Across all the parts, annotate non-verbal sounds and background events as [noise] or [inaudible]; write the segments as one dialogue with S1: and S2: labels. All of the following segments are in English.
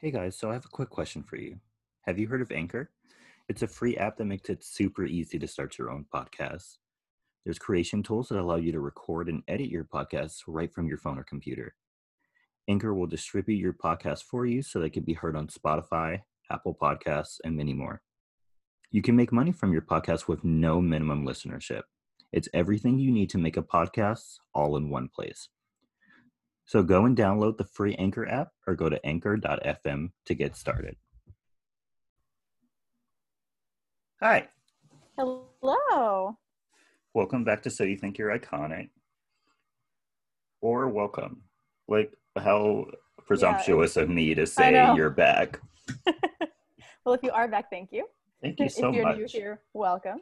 S1: Hey guys, so I have a quick question for you. Have you heard of Anchor? It's a free app that makes it super easy to start your own podcast. There's creation tools that allow you to record and edit your podcasts right from your phone or computer. Anchor will distribute your podcast for you so they can be heard on Spotify, Apple Podcasts, and many more. You can make money from your podcast with no minimum listenership. It's everything you need to make a podcast all in one place. So go and download the free Anchor app or go to anchor.fm to get started. Hi,
S2: Hello.
S1: welcome back to So You Think You're Iconic. Or welcome. Like, how presumptuous of me to say
S2: know.
S1: you're back.
S2: Well, if you are back, thank you.
S1: Thank
S2: [laughs]
S1: you
S2: if
S1: so
S2: you're
S1: much.
S2: new here, welcome.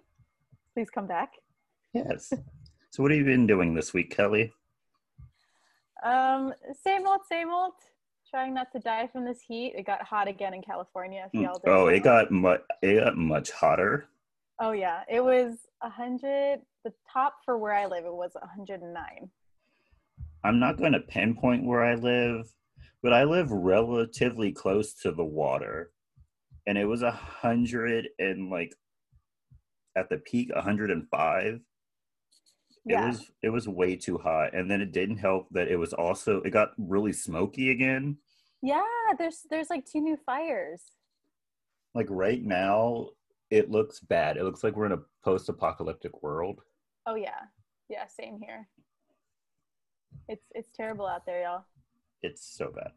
S2: Please come back.
S1: Yes. So, what have you been doing this week, Kelly?
S2: Um, same old, same old. Trying not to die from this heat. It got hot again in California. If y'all didn't
S1: Oh,
S2: know.
S1: it got mu- it got much hotter.
S2: Oh yeah, it was a hundred. The top for where I live, it was 109.
S1: I'm not going to pinpoint where I live, but I live relatively close to the water, and it was a hundred and like at the peak, 105. It
S2: Yeah.
S1: was it was way too hot, and then it didn't help that it was also it got really smoky again.
S2: yeah. There's there's like two new fires.
S1: Like right now, it looks bad. It looks like we're in a post-apocalyptic world.
S2: Oh yeah. Yeah. Same here. It's it's terrible out there, y'all.
S1: It's so bad.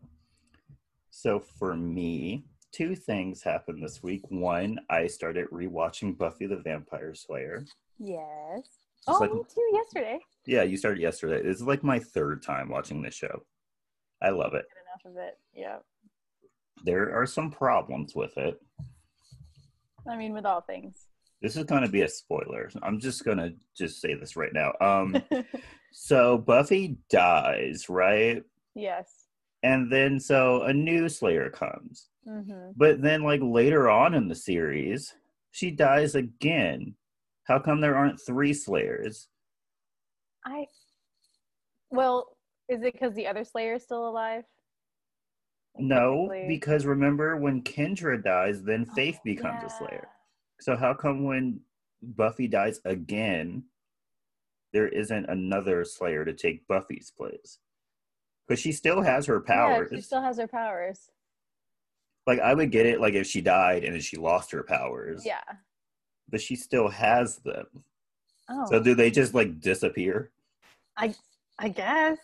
S1: So for me, two things happened this week. One, I started rewatching Buffy the Vampire Slayer.
S2: Yes.
S1: Just
S2: Oh,
S1: like-
S2: me too. Yesterday.
S1: Yeah, you started yesterday. This is like my third time watching this show. I love it.
S2: Good enough of it. Yeah.
S1: There are some problems with it.
S2: I mean, with all things. [laughs]
S1: This is going to be a spoiler. I'm just going to just say this right now. Um
S2: [laughs]
S1: so Buffy dies, right?
S2: yes.
S1: And then so a new Slayer comes.
S2: hmm
S1: But then, like later on in the series, she dies again. How come there aren't three Slayers?
S2: I. Well, is it because the other Slayer is still alive?
S1: No,
S2: Technically.
S1: because remember when Kendra dies, then Faith
S2: Oh,
S1: becomes a
S2: yeah.
S1: Slayer. So how come when Buffy dies again, there isn't another Slayer to take Buffy's place? Because she still has her powers.
S2: Yeah, she still has her powers.
S1: like I would get it, like if she died and then she lost her powers.
S2: Yeah.
S1: But she still has them.
S2: Oh.
S1: So do they just like disappear?
S2: I. I guess.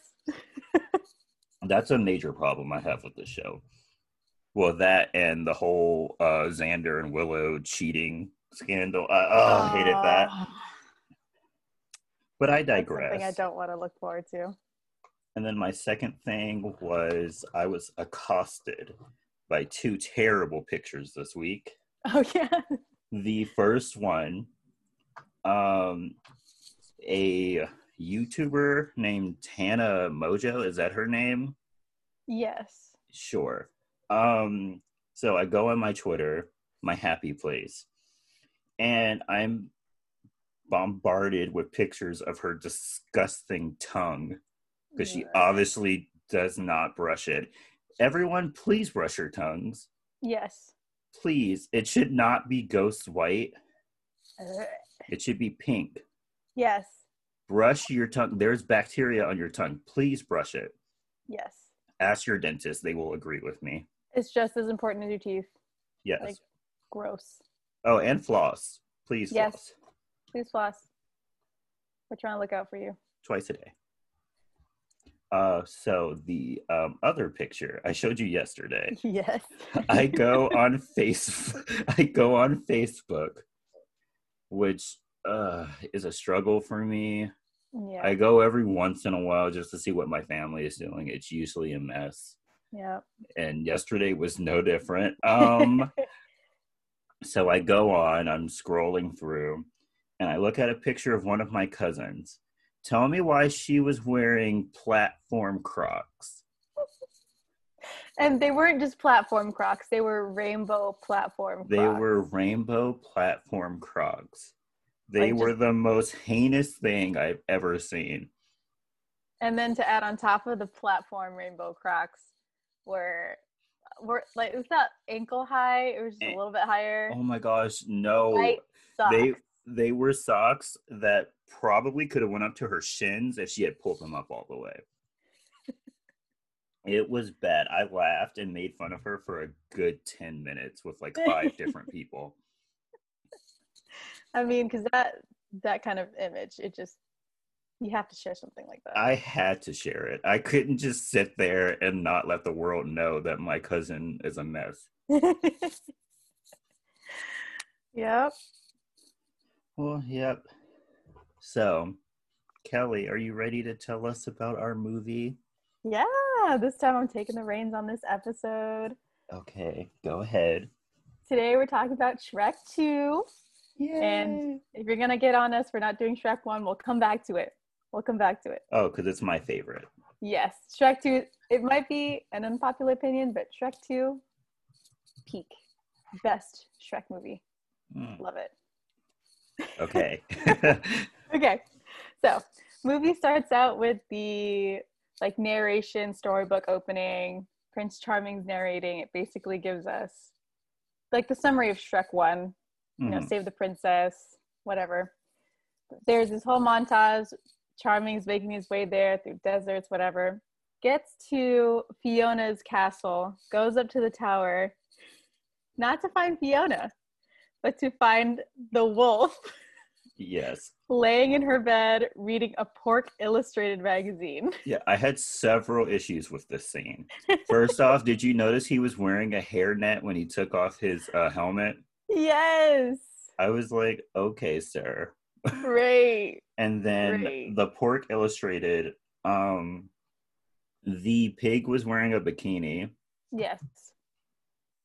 S1: that's a major problem I have with the show. Well, that and the whole uh, Xander and Willow cheating scandal. I oh, hated that. But I
S2: That's Ah, something I
S1: digress.
S2: don't want to look forward to. [laughs]
S1: and then my second thing was I was accosted by two terrible pictures this week.
S2: Oh yeah.
S1: The first one, um, a YouTuber named Tana Mojo. Is that her name?
S2: Yes.
S1: Sure. Um, so I go on my Twitter, my happy place, and I'm bombarded with pictures of her disgusting tongue because she
S2: Yeah.
S1: obviously does not brush it. Everyone, please brush your tongues.
S2: Yes.
S1: Please. It should not be ghost white,
S2: Ugh.
S1: it should be pink.
S2: Yes.
S1: Brush your tongue. There's bacteria on your tongue. Please brush it.
S2: Yes.
S1: Ask your dentist, they will agree with me.
S2: It's just as important as your teeth.
S1: Yes.
S2: Like- Gross.
S1: oh, and floss. Please
S2: Yes.
S1: floss.
S2: Please floss. We're trying to look out for you.
S1: twice a day. Uh, so the um, other picture I showed you yesterday, [laughs]
S2: Yes.
S1: I go on face, I go on Facebook, which uh, is a struggle for me.
S2: yeah.
S1: I go every once in a while just to see what my family is doing. It's usually a mess,
S2: yeah.
S1: and yesterday was no different.
S2: [laughs]
S1: Um, so I go on, I'm scrolling through, and I look at a picture of one of my cousins. Tell me why she was wearing platform Crocs.
S2: and they weren't just platform Crocs; they were rainbow platform.
S1: They
S2: Crocs.
S1: were rainbow platform Crocs. They
S2: Like
S1: were
S2: just-
S1: the most heinous thing I've ever seen.
S2: And then to add on top of the platform rainbow Crocs were were like it was not ankle high. It was just a
S1: Eh.
S2: little bit higher.
S1: Oh my gosh, no.
S2: White socks.
S1: They they were socks that probably could have went up to her shins if she had pulled them up all the way. it was bad. I laughed and made fun of her for a good 10 minutes with like five different people.
S2: I mean, because that that kind of image, it just you have to share something like that.
S1: I had to share it. I couldn't just sit there and not let the world know that my cousin is a mess.
S2: [laughs] yep.
S1: Well, yep. So, Kelly, are you ready to tell us about our movie?
S2: Yeah. This time I'm taking the reins on this episode.
S1: Okay, go ahead.
S2: Today we're talking about Shrek 2.
S1: Yay.
S2: If you're gonna get on us for not doing Shrek 1, we'll come back to it. We'll come back to it.
S1: Oh, because it's my favorite.
S2: Yes, Shrek 2, it might be an unpopular opinion, but Shrek 2, peak. Best Shrek movie.
S1: Mm,
S2: Love it.
S1: Okay.
S2: Okay, so movie starts out with the like narration storybook opening. Prince Charming's narrating. It basically gives us like the summary of Shrek 1, you know,
S1: [laughs] Mm,
S2: save the princess, whatever. There's this whole montage. Charming's making his way there through deserts, whatever. Gets to Fiona's castle, goes up to the tower, not to find Fiona, but to find the wolf [laughs]
S1: yes.
S2: laying in her bed reading a Pork Illustrated magazine.
S1: Yeah, I had several issues with this scene. First off, did you notice he was wearing a hairnet when he took off his uh, helmet?
S2: Yes,
S1: I was like, okay, sir.
S2: great.
S1: and then
S2: Right.
S1: the pork illustrated um the pig was wearing a bikini
S2: Yes,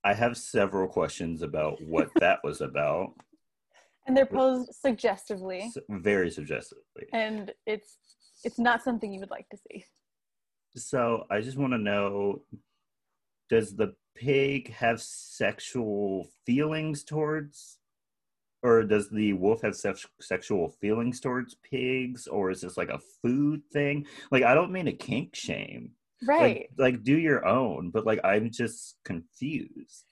S1: i have several questions about what that was about
S2: and they're posed suggestively,
S1: S- very suggestively
S2: and it's it's not something you would like to see.
S1: so i just want to know does the pig have sexual feelings towards or does the wolf have sex sexual feelings towards pigs or is this like a food thing like i don't mean a kink shame
S2: Right.
S1: like, like do your own but like i'm just confused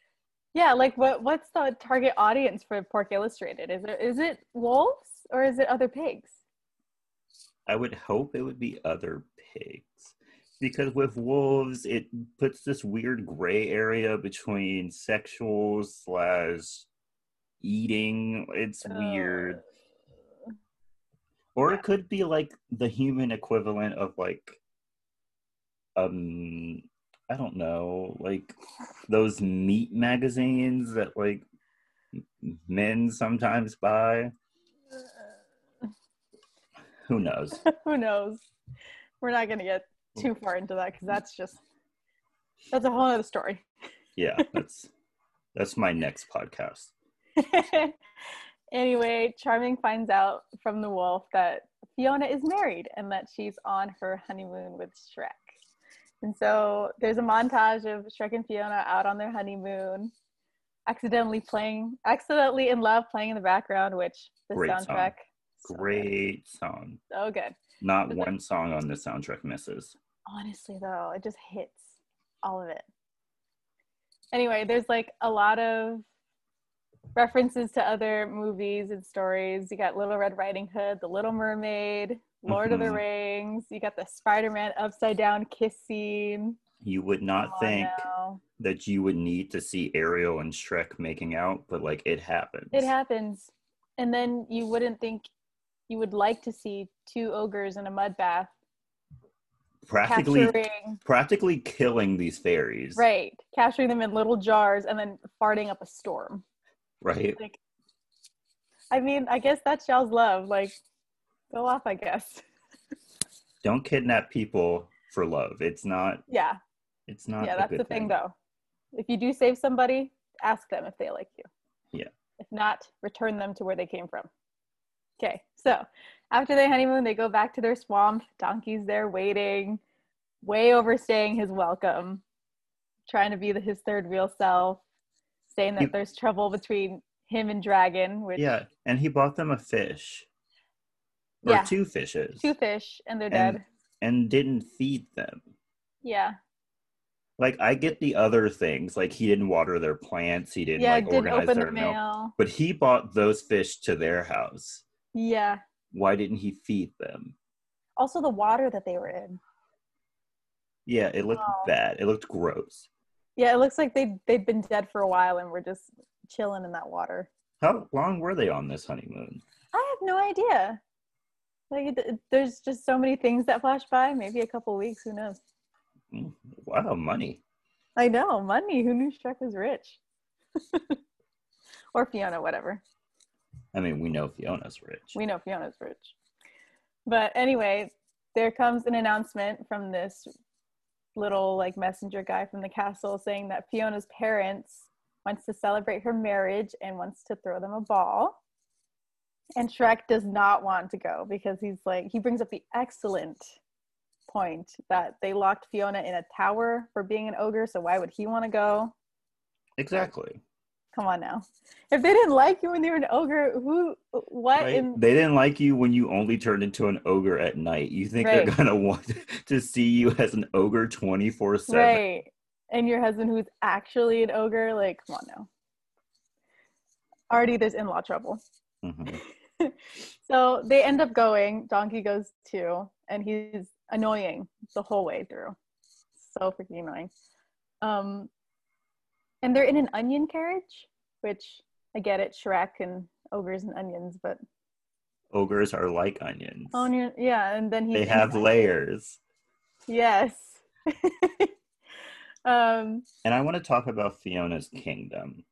S2: yeah, like what what's the target audience for Pork Illustrated? Is it is it wolves or is it other pigs?
S1: i would hope it would be other pigs because with wolves it puts this weird gray area between sexual slash eating it's weird
S2: Uh,
S1: or
S2: yeah.
S1: it could be like the human equivalent of like um i don't know like those meat magazines that like m- men sometimes buy who knows
S2: [laughs] who knows? We're not gonna get too far into that because that's just that's a whole other story.
S1: yeah that's that's my next podcast
S2: [laughs] anyway, Charming finds out from the wolf that Fiona is married and that she's on her honeymoon with Shrek. And so there's a montage of Shrek and Fiona out on their honeymoon, accidentally playing, accidentally in love playing in the background, which the
S1: Great song.
S2: soundtrack. so good,
S1: great song
S2: So good.
S1: not
S2: But
S1: one song on the soundtrack misses
S2: honestly though it just hits all of it anyway there's like a lot of references to other movies and stories you got little red riding hood the little mermaid lord of the
S1: Mhm.
S2: rings you got the spider-man upside down kiss scene
S1: you would not
S2: Come on
S1: think
S2: now.
S1: that you would need to see ariel and shrek making out but like it happens
S2: it happens and then you wouldn't think you would like to see two ogres in a mud bath
S1: practically
S2: capturing
S1: practically killing these fairies
S2: right capturing them in little jars and then farting up a storm
S1: right
S2: like i mean i guess that's y'all's love like go off i guess [laughs]
S1: don't kidnap people for love it's not
S2: yeah
S1: it's not
S2: yeah
S1: a
S2: that's the
S1: good
S2: thing, though if you do save somebody ask them if they like you
S1: Yeah.
S2: if not return them to where they came from okay so after their honeymoon they go back to their swamp donkey's there waiting way overstaying his welcome trying to be the, his third real self saying that
S1: You-
S2: there's trouble between him and dragon which
S1: yeah and he bought them a fish or
S2: Yeah.
S1: two fishes
S2: two fish and they're
S1: And-
S2: dead
S1: and didn't feed them
S2: Yeah.
S1: Like I get the other things, like he didn't water their plants, he didn't
S2: yeah,
S1: like
S2: didn't
S1: organize
S2: open
S1: their
S2: the
S1: milk.
S2: mail.
S1: But he bought those fish to their house.
S2: Yeah.
S1: Why didn't he feed them?
S2: Also, the water that they were in.
S1: Yeah, it looked
S2: Oh.
S1: bad. It looked gross.
S2: Yeah, it looks like they they've been dead for a while and we're just chilling in that water.
S1: How long were they on this honeymoon?
S2: I have no idea. Like, it- there's just so many things that flash by. Maybe a couple weeks. Who knows?
S1: Mm, Wow, money.
S2: I know money. Who knew Shrek was rich? [laughs] or Fiona, whatever.
S1: I mean, we know Fiona's rich.
S2: We know Fiona's rich. But anyway, there comes an announcement from this little like messenger guy from the castle saying that Fiona's parents wants to celebrate her marriage and wants to throw them a ball. And Shrek does not want to go because he's like he brings up the excellent point that they locked Fiona in a tower for being an ogre, so why would he want to go?
S1: exactly.
S2: Come on now. If they didn't like you when they were an ogre, who what
S1: Right?
S2: in
S1: They didn't like you when you only turned into an ogre at night. You think they're [laughs]
S2: Right.
S1: gonna want to see you as an ogre twenty four seven?
S2: Right. And your husband who's actually an ogre, like, come on now. Already there's in law trouble.
S1: Mm-hmm.
S2: So they end up going, Donkey goes too, and he's annoying the whole way through. So freaking annoying. Um and they're in an onion carriage, which I get it, Shrek and ogres and onions, but
S1: Ogres are like onions.
S2: onion yeah, and then he
S1: They have layers.
S2: [laughs] Yes. [laughs] um
S1: And I want to talk about Fiona's kingdom.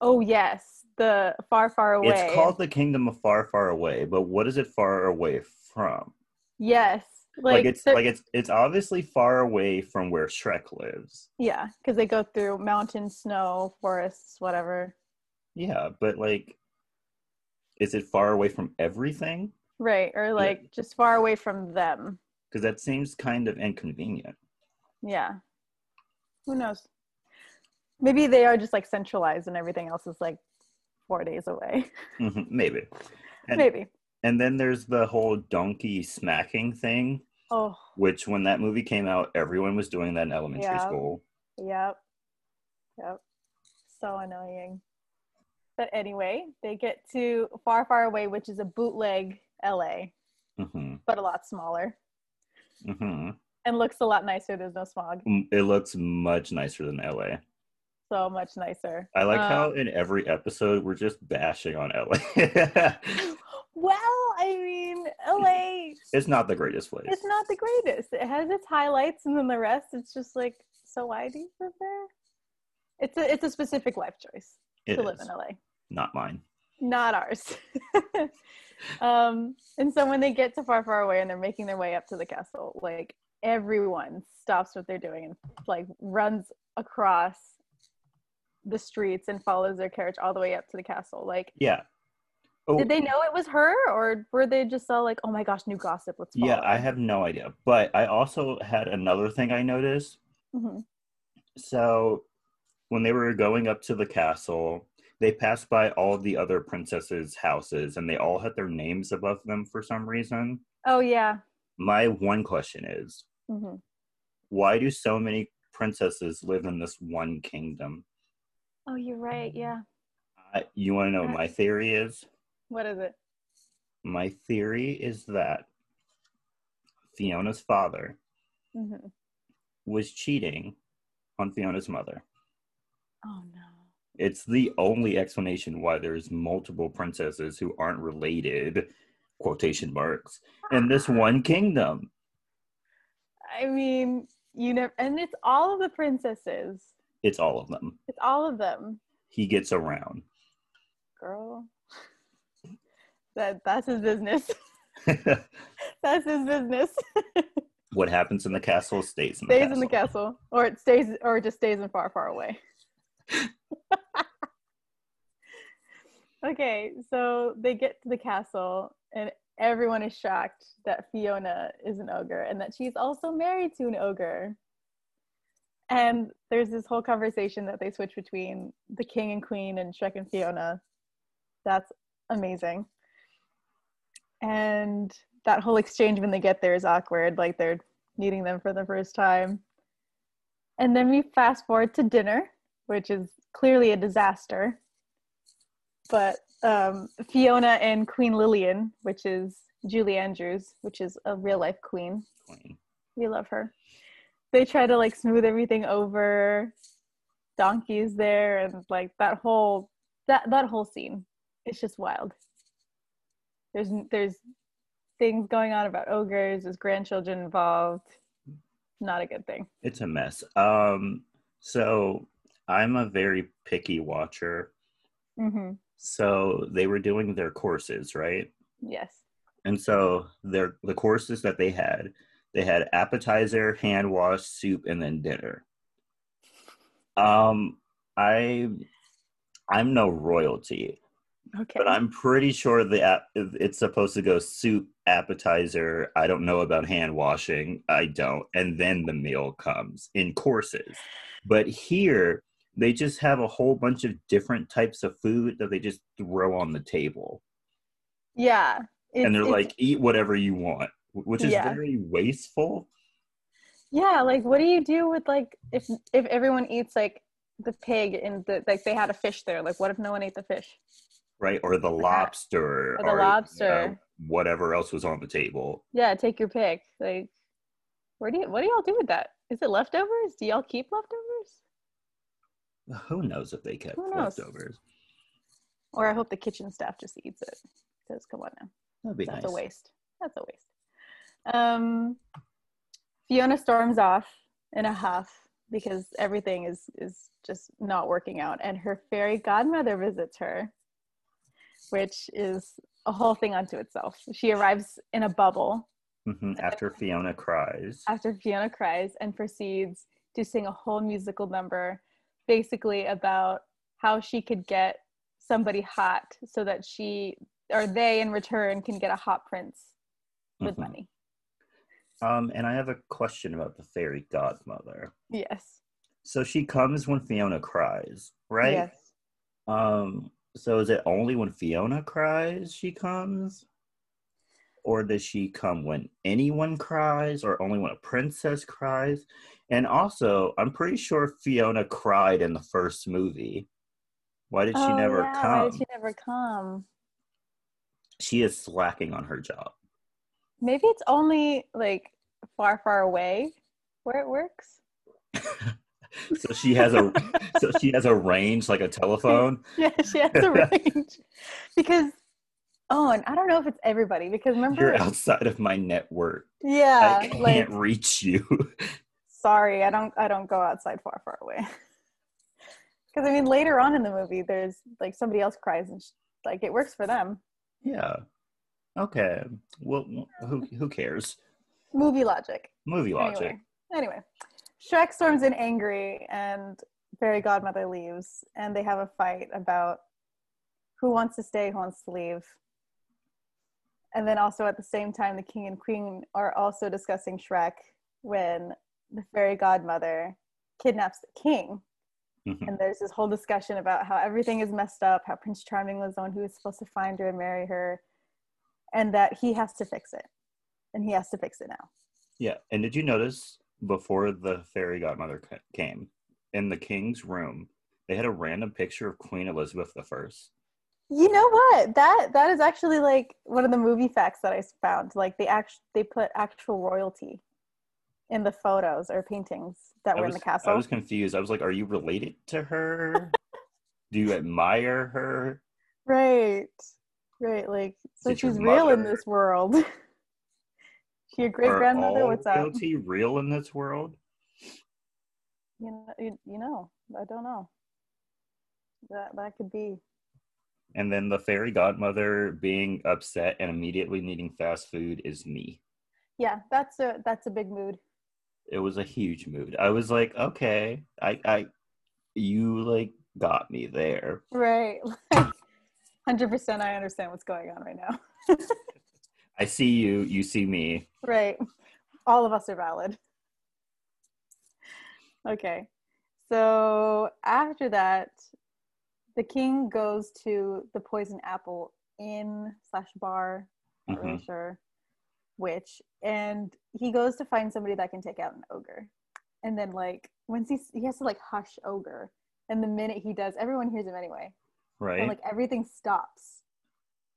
S2: Oh yes, the far, far away.
S1: It's called the Kingdom of Far, Far Away, but what is it far away from?
S2: yes,
S1: Like,
S2: like,
S1: it's
S2: they're-
S1: like it's it's obviously far away from where Shrek lives.
S2: yeah, because they go through mountain, snow, forests, whatever.
S1: Yeah, but like is it far away from everything?
S2: Right, or like just far away from them.
S1: Because that seems kind of inconvenient.
S2: Yeah, who knows? Maybe they are just like centralized, and everything else is like four days away. [laughs]
S1: Mhm, Maybe. And-
S2: Maybe.
S1: And then there's the whole donkey smacking thing,
S2: Oh,
S1: which when that movie came out, everyone was doing that in elementary
S2: Yeah.
S1: school.
S2: Yep. Yep. So annoying. But anyway, they get to Far Far Away, which is a bootleg LA,
S1: hmm
S2: but a lot smaller
S1: hmm
S2: and looks a lot nicer. There's no smog.
S1: Mm, It looks much nicer than LA.
S2: So much nicer.
S1: I like how
S2: Um,
S1: in every episode we're just bashing on LA.
S2: Well, I mean, LA,
S1: [laughs] it's not the greatest place.
S2: it's not the greatest. It has its highlights and then the rest, it's just like, so why do you live there? It's a, it's a specific life choice
S1: It
S2: to live
S1: is.
S2: in LA.
S1: Not mine.
S2: not ours. [laughs] um, and so when they get to far, far away and they're making their way up to the castle, like everyone stops what they're doing and like runs across the streets and follows their carriage all the way up to the castle. Like,
S1: Yeah. Oh,
S2: did they know it was her, or were they just all like, "Oh my gosh, new gossip"? Let's follow
S1: yeah, I
S2: her."
S1: have no idea. But I also had another thing I noticed.
S2: Mhm.
S1: So when they were going up to the castle, they passed by all the other princesses' houses and they all had their names above them for some reason.
S2: Oh yeah.
S1: My one question is
S2: hmm
S1: why do so many princesses live in this one kingdom?
S2: Oh, you're right. Yeah.
S1: I, you want to
S2: Uh,
S1: know what my theory is?
S2: What is it?
S1: My theory is that Fiona's father
S2: hmm
S1: was cheating on Fiona's mother.
S2: Oh no.
S1: It's the only explanation why there's multiple princesses who aren't related, quotation marks, in this one kingdom.
S2: I mean, you never, and it's all of the princesses.
S1: It's all of them.
S2: It's all of them.
S1: He gets around. [laughs]
S2: girl. [laughs] That that's his business. [laughs] That's his business.
S1: what happens in the castle stays in the
S2: stays
S1: castle.
S2: in the castle, or it stays, or it just stays in far, far away. [laughs] okay, so they get to the castle, and everyone is shocked that Fiona is an ogre and that she's also married to an ogre. And there's this whole conversation that they switch between the king and queen and Shrek and Fiona. That's amazing. And that whole exchange when they get there is awkward. Like they're meeting them for the first time. And then we fast forward to dinner, which is clearly a disaster. But um, Fiona and Queen Lillian, which is Julie Andrews, which is a real life queen.
S1: Queen.
S2: We love her. They try to like smooth everything over. Donkey's there, and like that whole that that whole scene. It's just wild. There's there's things going on about ogres. There's grandchildren involved. Not a good thing.
S1: It's a mess. Um, so I'm a very picky watcher.
S2: Mm-hmm.
S1: So they were doing their courses, right?
S2: Yes.
S1: And so their the courses that they had, they had appetizer, hand wash, soup, and then dinner. Um, I I'm no royalty,
S2: Okay.
S1: but I'm pretty sure the app it's supposed to go soup, appetizer. I don't know about hand washing. I don't, and then the meal comes in courses. But here they just have a whole bunch of different types of food that they just throw on the table
S2: yeah.
S1: and they're
S2: it's- it's-
S1: like, eat whatever you want, wh- which is
S2: Yeah.
S1: very wasteful.
S2: Yeah, like what do you do with like if if everyone eats like the pig and the, like they had a fish there? Like what if no one ate the fish?
S1: right? Or the
S2: Yeah.
S1: lobster,
S2: Or the
S1: you
S2: lobster.
S1: know, whatever else was on the table.
S2: Yeah, take your pick. Like where do you what do y'all do with that? Is it leftovers? Do y'all keep leftovers?
S1: Who knows if they kept
S2: Who knows?
S1: leftovers?
S2: Or I hope the kitchen staff just eats it. Because come on now.
S1: That'd be
S2: That's
S1: nice.
S2: a waste. That's a waste. Um Fiona storms off in a huff because everything is is just not working out and her fairy godmother visits her which is a whole thing unto itself. She arrives in a bubble
S1: Mhm, After Fiona cries,
S2: after Fiona cries and proceeds to sing a whole musical number basically about how she could get somebody hot so that she or they in return can get a hot prince with
S1: Mhm.
S2: money.
S1: um, and I have a question about the fairy godmother.
S2: Yes.
S1: So she comes when Fiona cries, right?
S2: Yes.
S1: Um, so is it only when Fiona cries she comes? Or does she come when anyone cries or only when a princess cries? And also, I'm pretty sure Fiona cried in the first movie. Why did she
S2: Oh,
S1: never
S2: yeah, Why
S1: come?
S2: did
S1: She...
S2: she never come?
S1: is slacking on her job.
S2: Maybe it's only like far, far away where it works. [laughs]
S1: So she has a so she has a range like a telephone.
S2: Yeah, she has
S1: [laughs]
S2: a range. because oh, and I don't know if it's everybody because remember
S1: You're outside of my network.
S2: Uh-huh. Yeah.
S1: I can't
S2: like
S1: reach you. [laughs]
S2: sorry i don't i don't go outside far far away [laughs] because i mean later on in the movie there's like somebody else cries and sh- like it works for them
S1: yeah. Okay. Well, who who cares?
S2: movie logic
S1: Movie logic.
S2: anyway anyway shrek storms in angry and fairy godmother leaves and they have a fight about who wants to stay who wants to leave and then also at the same time the king and queen are also discussing shrek when the fairy godmother kidnaps the king
S1: Mhm.
S2: and there's this whole discussion about how everything is messed up, how Prince Charming was the one who was supposed to find her and marry her, and that he has to fix it, and he has to fix it now.
S1: Yeah. And did you notice before the fairy godmother ca- came in the king's room, they had a random picture of Queen Elizabeth I?
S2: You know what? That that is actually like one of the movie facts that I found. Like they act they put actual royalty in the photos or paintings that
S1: I
S2: were
S1: was,
S2: in the castle.
S1: I was confused. I was like, are you related to her? Do you admire her?
S2: Right. Right. Like so
S1: Did your
S2: she's real in
S1: mother-
S2: this world. [laughs] Your great
S1: Are
S2: grandmother,
S1: all
S2: what's up?
S1: royalty real in this world?
S2: You know, you, you know, I don't know. That that could be.
S1: And then the fairy godmother being upset and immediately needing fast food is me.
S2: Yeah, that's a that's a big mood.
S1: It was a huge mood. I was like, okay, I, I, you like got me there.
S2: Right. Like, 100% I understand what's going on right now.
S1: I see you, you see me.
S2: Right. All of us are valid. Okay. So after that, the king goes to the poison apple inn slash bar, not
S1: Mhm.
S2: really sure which, and he goes to find somebody that can take out an ogre. and then like once he he has to like hush ogre, and the minute he does, everyone hears him anyway,
S1: right?
S2: and like everything stops.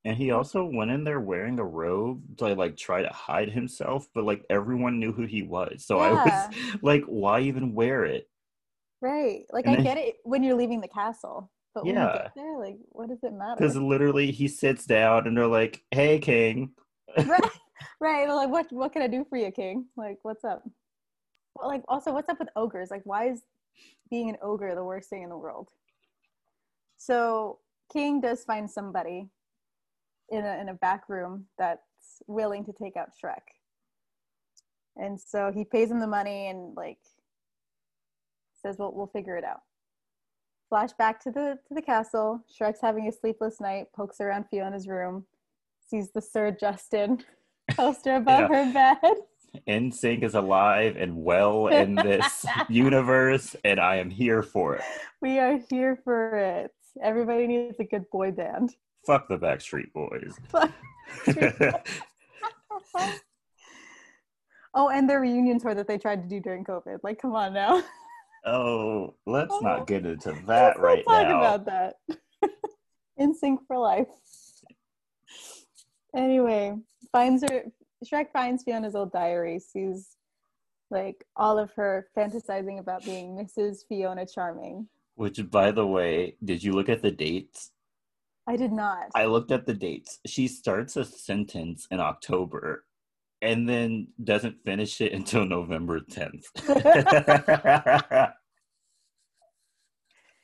S1: And he also went in there wearing a robe to like try to hide himself, but like everyone knew who he was. So I was [laughs] like, why even wear it?
S2: Right, like
S1: And
S2: I
S1: then-
S2: get it when you're leaving the castle, but when you
S1: Yeah.
S2: get there, like what does it
S1: Because
S2: matter?
S1: literally he sits down and they're like, hey, King.
S2: [laughs] right, right. Like what what can I do for you, King? Like what's up? Well, like also what's up with ogres? Like why is being an ogre the worst thing in the world? So King does find somebody in a in a back room that's willing to take out Shrek. And so he pays him the money and like says, "Well, we'll figure it out." Flashback to the to the castle. Shrek's having a sleepless night. Pokes around Fiona's room, sees the Sir Justin [laughs] poster above her bed.
S1: NSYNC is alive and well in
S2: [laughs]
S1: this universe, and I am here for it.
S2: We are here for it. Everybody needs a good
S1: [laughs]
S2: boy band.
S1: Fuck the Backstreet Boys.
S2: Fuck oh, and their reunion tour that they tried to do during COVID. Like, come on now.
S1: [laughs] oh, let's not get into
S2: [laughs] Let's
S1: that
S2: not
S1: right
S2: talk
S1: now.
S2: about that. [laughs] In sync for life. Anyway, finds her. Shrek finds Fiona's old diary. Sees like all of her fantasizing about being Mrs. Fiona Charming.
S1: Which, by the way, did you look at the dates?
S2: I did not.
S1: I looked at the dates. She starts a sentence in October and then doesn't finish it [laughs] until November
S2: [laughs]
S1: 10th.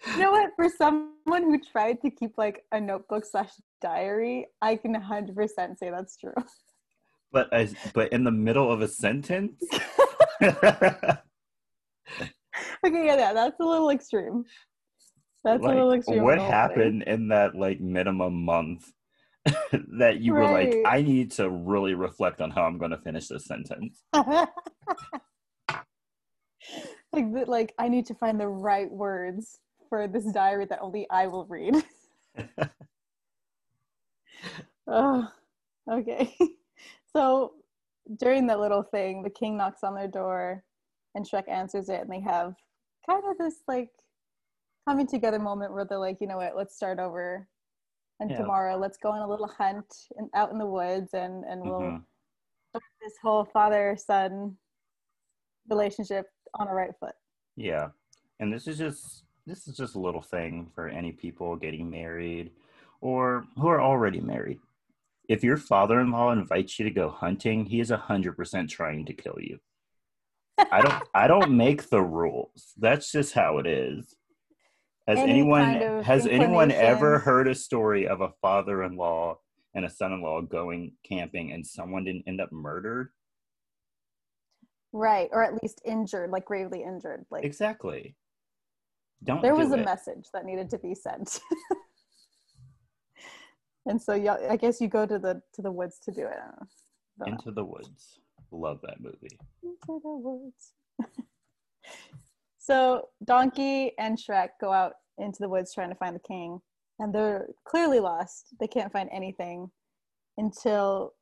S2: you know what? For someone who tried to keep like a notebook slash diary, I can 100% say that's true. [laughs]
S1: but I, but in the middle of a
S2: [laughs]
S1: sentence?
S2: okay, yeah, yeah, that's a little extreme. That's a little
S1: Like,
S2: extreme. on
S1: what
S2: the whole thing.
S1: happened in that like minimum month [laughs] that you were like,
S2: Right.
S1: I need to really reflect on how I'm going to finish this sentence?
S2: [laughs] like, the, like I need to find the right words for this diary that only I will read. oh, okay. [laughs] so during that little thing, the king knocks on their door, and Shrek answers it, and they have kind of this like coming together moment where they're like, you know what, let's start over. And
S1: Yeah.
S2: tomorrow, let's go on a little hunt and out in the woods, and and we'll
S1: Mhm.
S2: this whole father son relationship on the right foot.
S1: Yeah. And this is just this is just a little thing for any people getting married or who are already married. If your father-in-law invites you to go hunting, he is 100% trying to kill you. I
S2: [laughs]
S1: don't I don't make the rules. That's just how it is. Has
S2: Any
S1: anyone
S2: kind of
S1: has anyone ever
S2: inclination.
S1: heard a story of a father-in-law and a son-in-law going camping and someone didn't end up murdered?
S2: Right. Or at least injured, like gravely injured. Like
S1: Exactly. Don't
S2: there
S1: do
S2: was a
S1: it.
S2: message that needed to be sent. [laughs] and so yeah, I guess you go to the to the woods to do it. I don't know. Don't know.
S1: Into the Woods. Love that movie.
S2: Into the woods. so Donkey and Shrek go out into the woods trying to find the king, and they're clearly lost. They can't find anything until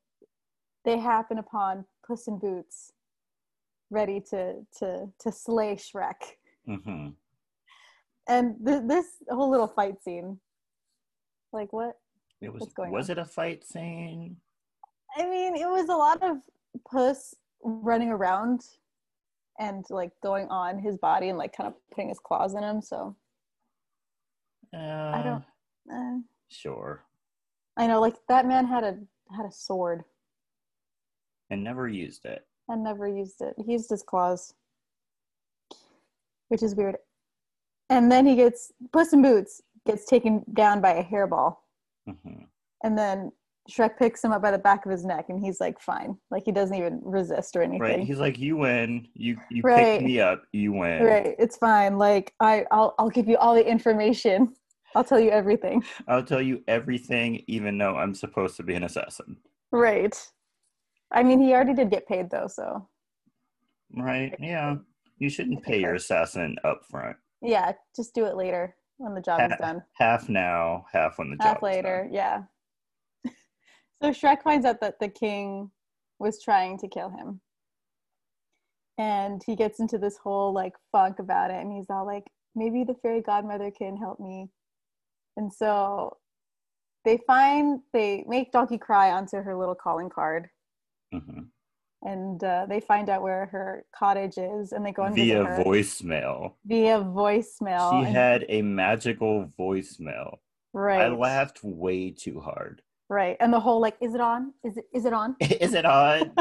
S2: they happen upon Puss in Boots, ready to to to slay Shrek.
S1: hmm
S2: And th- this whole little fight scene, like what?
S1: It was
S2: What's going
S1: was it a fight scene?
S2: I mean, it was a lot of Puss running around and like going on his body and like kind of putting his claws in him. So
S1: Uh,
S2: don't- eh.
S1: Sure,
S2: I know, like that man had a had a sword
S1: and never used it.
S2: and never used it. He used his claws, which is weird. And then he gets Puss in Boots gets taken down by a hairball,
S1: hmm
S2: and then Shrek picks him up by the back of his neck, and he's like, "Fine," like he doesn't even resist or anything.
S1: Right? He's like, you win. You you
S2: Right.
S1: picked me up. You win.
S2: right it's fine like i I'll, I'll give you all the information [laughs] i'll tell you everything
S1: I'll tell you everything, even though I'm supposed to be an assassin.
S2: right i mean he already did get paid though so
S1: Right? Yeah. You shouldn't pay your assassin up front.
S2: yeah just do it later when the job is done
S1: Half now, half when the job.
S2: half
S1: is done.
S2: later yeah [laughs] so shrek finds out that the king was trying to kill him and he gets into this whole like funk about it and he's all like maybe the fairy godmother can help me and so they find they make donkey cry onto her little calling card
S1: hmm
S2: and uh, they find out where her cottage is and they go and
S1: Via
S2: visit her
S1: voicemail.
S2: via voicemail
S1: She
S2: and-
S1: had a magical voicemail.
S2: right
S1: I laughed way too hard.
S2: right and the whole like is it on is it is it on
S1: [laughs] Is it
S2: [laughs]
S1: on?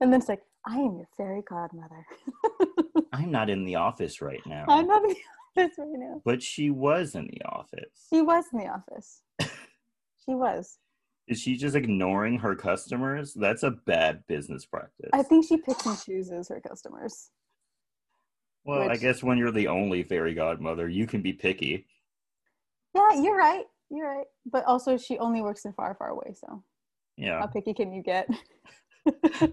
S2: and then it's like i am your fairy godmother [laughs]
S1: I'm not in the office right now.
S2: i'm not in the office right now
S1: But she was in the office.
S2: she was in the office she was
S1: Is she just ignoring her customers? That's a bad business practice.
S2: i think she picks and chooses her customers
S1: well, I
S2: which-
S1: guess when you're the only fairy godmother, you can be picky.
S2: yeah you're right you're right but also she only works in far far away so
S1: Yeah.
S2: How picky can you get? [laughs]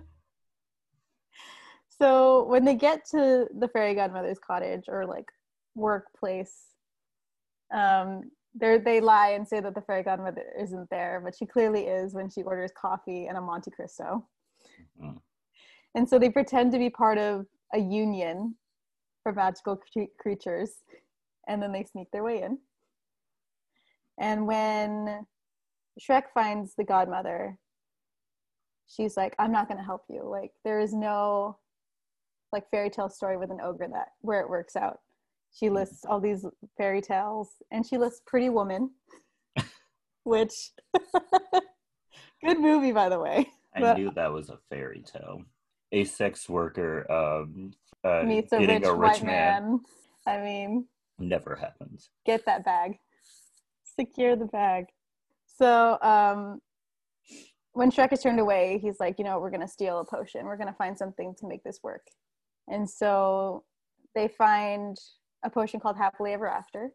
S2: so when they get to the fairy godmother's cottage or like workplace, um, they they lie and say that the fairy godmother isn't there, but she clearly is when she orders coffee and a Monte Cristo.
S1: Mhm.
S2: And so they pretend to be part of a union for magical cre- creatures, and then they sneak their way in. And when Shrek finds the godmother, she's like, I'm not going to help you. Like, there is no like fairy tale story with an ogre that where it works out. She
S1: Hmm.
S2: lists all these fairy tales and she lists Pretty Woman,
S1: [laughs]
S2: which [laughs] good movie by the way.
S1: I
S2: But-
S1: knew that was a fairy tale. A sex worker um, uh,
S2: Meets a
S1: getting
S2: rich,
S1: a rich
S2: white
S1: man.
S2: man. I mean,
S1: never happens.
S2: get that bag secure the bag so um when shrek is turned away he's like you know we're gonna steal a potion we're gonna find something to make this work and so they find a potion called happily ever after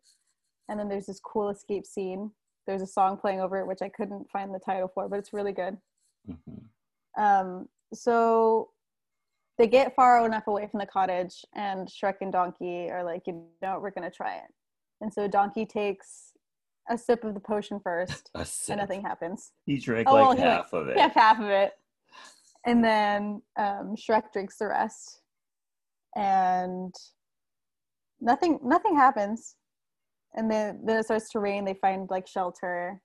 S2: and then there's this cool escape scene there's a song playing over it which i couldn't find the title for but it's really good
S1: Mhm.
S2: um, so they get far enough away from the cottage, and Shrek and Donkey are like, you know, we're gonna try it. And so Donkey takes a sip of the potion first,
S1: A sip.
S2: and nothing happens.
S1: He drank
S2: Oh,
S1: like
S2: well, he, like-
S1: half of it.
S2: Yeah, half of it, and then um, Shrek drinks the rest, and nothing nothing happens. And then then it starts to rain. They find like shelter,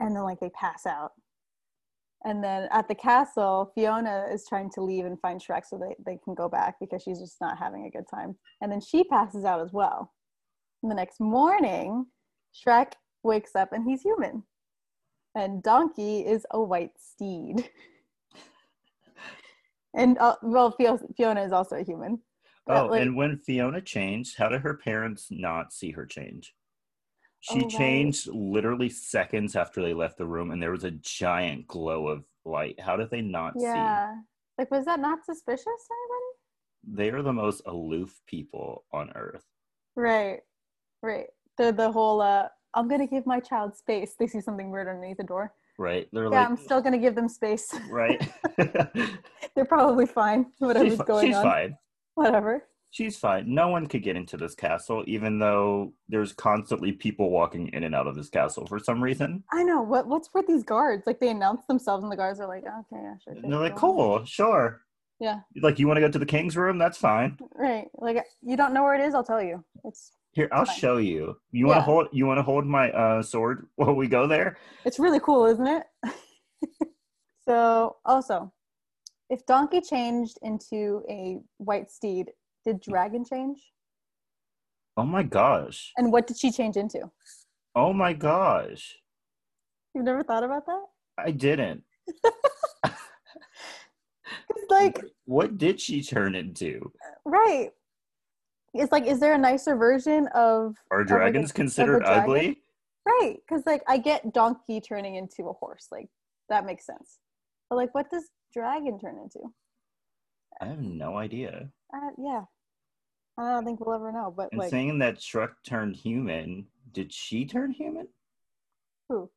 S2: and then like they pass out. And then at the castle, Fiona is trying to leave and find Shrek so they, they can go back because she's just not having a good time. And then she passes out as well. And the next morning, Shrek wakes up and he's human. And Donkey is a white steed. [laughs] and uh, well, Fio- Fiona is also a human. But,
S1: Oh,
S2: like-
S1: and when Fiona changed, how did her parents not see her change?
S2: Oh,
S1: She
S2: right.
S1: changed literally seconds after they left the room, and there was a giant glow of light. How did they not see?
S2: yeah. Like, was that not suspicious to anybody?
S1: They are the most aloof people on earth.
S2: Right, right. The the whole uh, I'm gonna give my child space. They see something weird underneath the door.
S1: Right? They're
S2: yeah,
S1: like,
S2: I'm still gonna give them space. [laughs]
S1: right?
S2: They're probably fine. [laughs] Whatever's
S1: she's fi-
S2: going
S1: she's
S2: on.
S1: fine.
S2: Whatever.
S1: She's fine. No one could get into this castle, even though there's constantly people walking in and out of this castle for some reason.
S2: I know. What what's with these guards? Like they announce themselves, and the guards are like, "Oh, okay, yeah, sure.
S1: And
S2: thing,
S1: they're like,
S2: go on."
S1: cool, sure.
S2: Yeah.
S1: Like, you want to go to the king's room? That's fine.
S2: Right. Like you don't know where it is. I'll tell you. It's
S1: Here, I'll
S2: Fine.
S1: show you. You want to
S2: Yeah.
S1: hold? You want to hold my uh, sword while we go there?
S2: It's really cool, isn't it? [laughs] so, also, if Donkey changed into a white steed, did
S1: Hmm.
S2: Dragon change?
S1: Oh my gosh!
S2: And what did she change into?
S1: Oh my gosh!
S2: You've never thought about that?
S1: I didn't.
S2: 'Cause, like,
S1: what did she turn into?
S2: right. It's like, is there a nicer version of.
S1: Are
S2: of, like, a-
S1: dragons
S2: of a
S1: considered
S2: dragon?
S1: ugly?
S2: Right. Because, like, I get Donkey turning into a horse. Like, that makes sense. But, like, what does Dragon turn into?
S1: I have no idea.
S2: Uh, yeah. I don't think we'll ever know, but,
S1: And
S2: like,
S1: saying that Shrek turned human, did she turn human?
S2: who?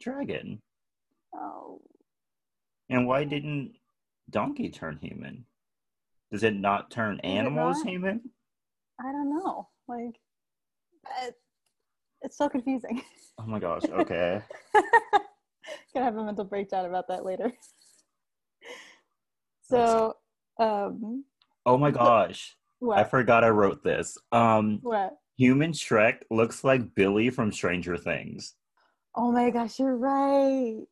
S1: Dragon.
S2: Oh.
S1: And why didn't Donkey turn human? Does it not turn
S2: it
S1: animals
S2: not?
S1: human?
S2: I don't know. Like, it, it's so confusing. [laughs]
S1: Oh my gosh! Okay.
S2: Gonna have a mental breakdown about that later. So, um,
S1: Oh my gosh. I
S2: what?
S1: forgot I wrote this. Um
S2: What?
S1: human Shrek looks like Billy from Stranger Things.
S2: Oh my gosh, you're right.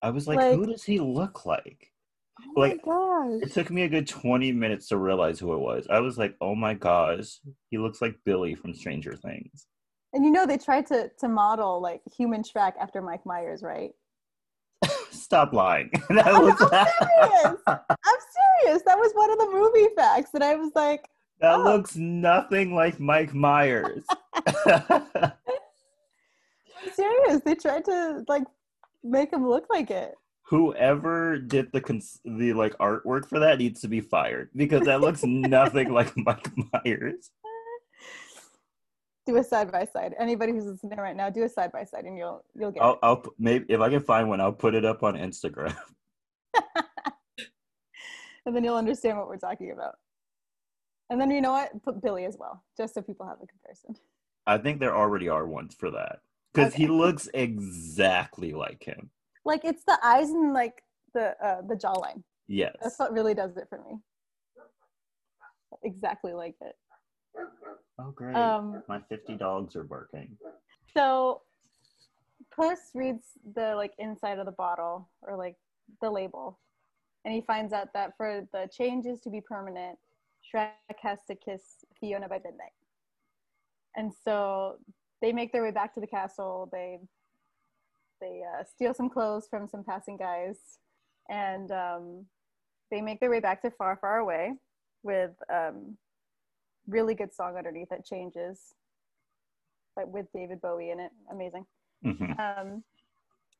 S1: I was like,
S2: Like-
S1: who does he look like?
S2: Oh
S1: Like,
S2: my
S1: It
S2: gosh.
S1: took me a good 20 minutes to realize who it was. I was like, oh my gosh, he looks like Billy from Stranger Things.
S2: And you know they tried to to model like human Shrek after Mike
S1: [laughs]
S2: Myers, right?
S1: Stop lying. [laughs] that
S2: I'm-
S1: was,
S2: I'm
S1: [laughs]
S2: serious.
S1: that
S2: I'm serious. That was one of the movie facts that I was like, Oh.
S1: looks nothing like Mike
S2: [laughs]
S1: Myers. [laughs]
S2: I'm serious. They tried to like make him look like it.
S1: Whoever did the cons- the like artwork for that needs to be fired because that
S2: [laughs]
S1: looks nothing like Mike Myers.
S2: Do a side by side. Anybody who's listening right now, do a side by side, and you'll you'll get.
S1: I'll,
S2: it.
S1: I'll p- maybe if I can find one, I'll put it up on Instagram. [laughs]
S2: and then you'll understand what we're talking about. And then you know what? Put Billy as well, just so people have a comparison.
S1: I think there already are ones for that because he
S2: Okay.
S1: looks exactly like him.
S2: Like it's the eyes and like the uh, the jawline.
S1: Yes.
S2: That's what really does it for me. Exactly like it.
S1: Oh great!
S2: Um,
S1: My fifty dogs are barking.
S2: so Puss reads the like inside of the bottle or like the label, and he finds out that for the changes to be permanent, Shrek has to kiss Fiona by midnight. And so they make their way back to the castle. They they uh, steal some clothes from some passing guys, and um, they make their way back to far, far away with um, really good song underneath that changes but with David Bowie in it. Amazing.
S1: Mhm.
S2: Um,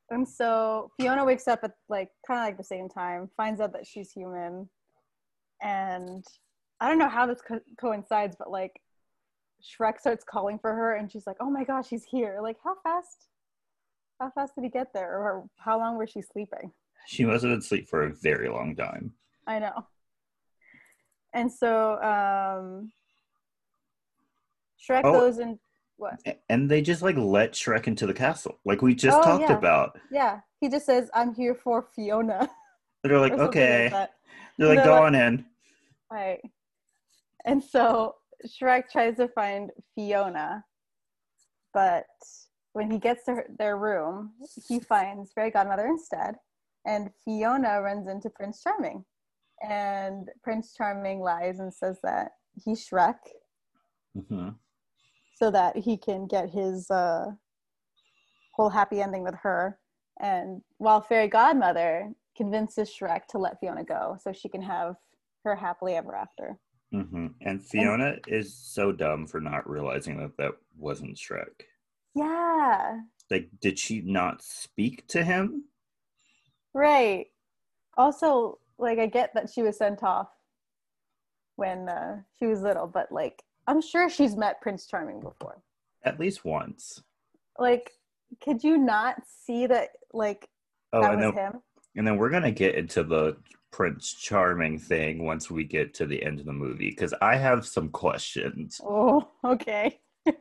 S2: and so Fiona wakes up at like kind of like the same time, finds out that she's human, and I don't know how this co- coincides, but like Shrek starts calling for her, and she's like, "Oh my gosh, he's here!" Like, how fast? How fast did he get there, or how long was she sleeping?
S1: [sighs] She must have been asleep for a very long time.
S2: I know. And so um, Shrek
S1: Oh.
S2: goes and what?
S1: A- And they just like let Shrek into the castle, like we just
S2: Oh,
S1: talked
S2: yeah.
S1: about.
S2: Yeah, he just says, "I'm here for Fiona." [laughs]
S1: They're like,
S2: or something
S1: okay.
S2: that.
S1: They're like,
S2: They're
S1: go
S2: like-
S1: on in.
S2: Right. And so Shrek tries to find Fiona, but when he gets to her, their room, he finds Fairy Godmother instead, and Fiona runs into Prince Charming. And Prince Charming lies and says that he's Shrek
S1: hmm
S2: so that he can get his uh, whole happy ending with her. And while Fairy Godmother convinces Shrek to let Fiona go so she can have her happily ever after.
S1: hmm And Fiona is so dumb for not realizing that that wasn't Shrek.
S2: Yeah,
S1: Like, did she not speak to him?
S2: right. Also, like I get that she was sent off when uh, she was little, but like I'm sure she's met Prince Charming before.
S1: At least once.
S2: Like, could you not see that? Like
S1: Oh,
S2: that
S1: and
S2: was
S1: then,
S2: him.
S1: and then we're gonna get into the Prince Charming thing once we get to the end of the movie because I have some questions.
S2: Oh, [laughs] okay. All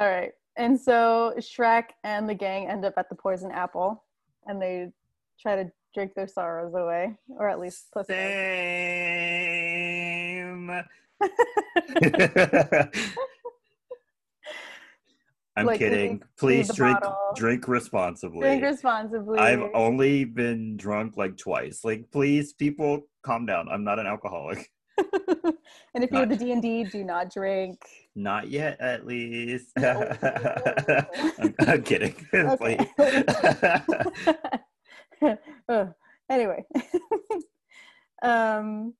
S2: right. And so Shrek and the gang end up at the Poison Apple, and they try to drink their sorrows away, or at least Puss does. [laughs]
S1: Same. [laughs] I'm
S2: Like,
S1: kidding.
S2: leave
S1: Please
S2: the
S1: drink
S2: bottle.
S1: drink responsibly.
S2: Drink responsibly.
S1: I've only been drunk like twice. Like please people calm down. I'm not an alcoholic.
S2: [laughs] and if you go
S1: Not-
S2: to D and D, do not drink.
S1: Not yet at least.
S2: No.
S1: [laughs] I'm, I'm kidding. [laughs]
S2: Okay. [laughs]
S1: Please.
S2: Ugh. anyway, [laughs] um,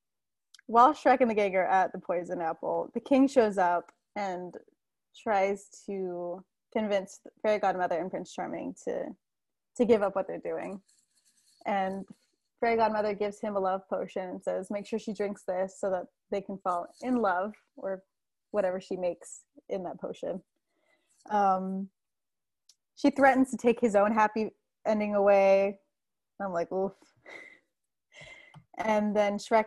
S2: while Shrek and the gang are at the Poison Apple, the king shows up and tries to convince Fairy Godmother and Prince Charming to to give up what they're doing. And Fairy Godmother gives him a love potion and says, "Make sure she drinks this so that they can fall in love or whatever she makes in that potion." Um, she threatens to take his own happy ending away. I'm like, oof. And then Shrek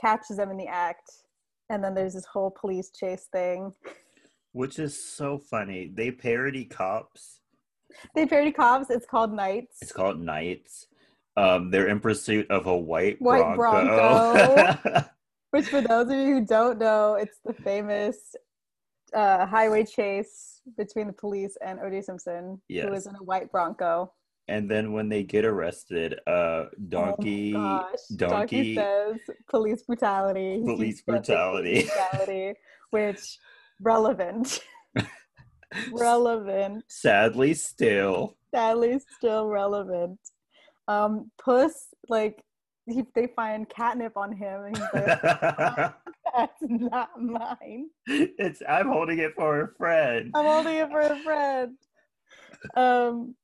S2: catches them in the act. And then there's this whole police chase thing.
S1: [laughs] Which is so funny. They parody cops.
S2: They parody cops. It's called Knights.
S1: It's called Knights. Um, they're in pursuit of a white,
S2: White
S1: Bronco.
S2: Which, for those of you who don't know, it's the famous uh, highway chase between the police and O.J. Simpson, who
S1: Yes.
S2: is in a white Bronco.
S1: [laughs] and then when they get arrested, uh,
S2: Oh my
S1: Donkey
S2: gosh.
S1: donkey-
S2: says police brutality. He
S1: Police
S2: keeps saying
S1: brutality. [laughs]
S2: police brutality, which relevant, relevant,
S1: sadly
S2: [laughs]
S1: still
S2: sadly still relevant. Um, Puss, like he, they find catnip on him, and he's
S1: [laughs]
S2: like, "That's not mine."
S1: it's I'm holding it for a friend.
S2: I'm holding it for a friend. Um,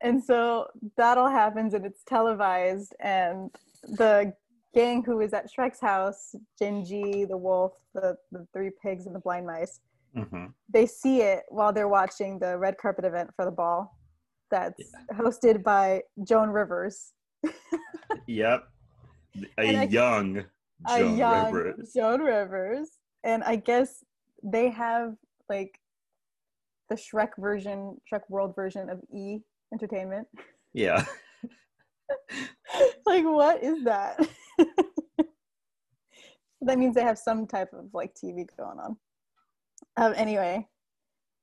S2: and so that all happens, and it's televised, and the gang who is at Shrek's house, Genji, the wolf, the, the three pigs, and the blind mice,
S1: Mhm.
S2: they see it while they're watching the red carpet event for the ball that's hosted by Joan Rivers,
S1: Yep.
S2: And
S1: A
S2: I-
S1: young
S2: a
S1: Joan
S2: young
S1: Rivers.
S2: Joan Rivers. And I guess they have like the Shrek version, Shrek World version of E Entertainment.
S1: Yeah.
S2: like what is that [laughs] that means they have some type of like tv going on um anyway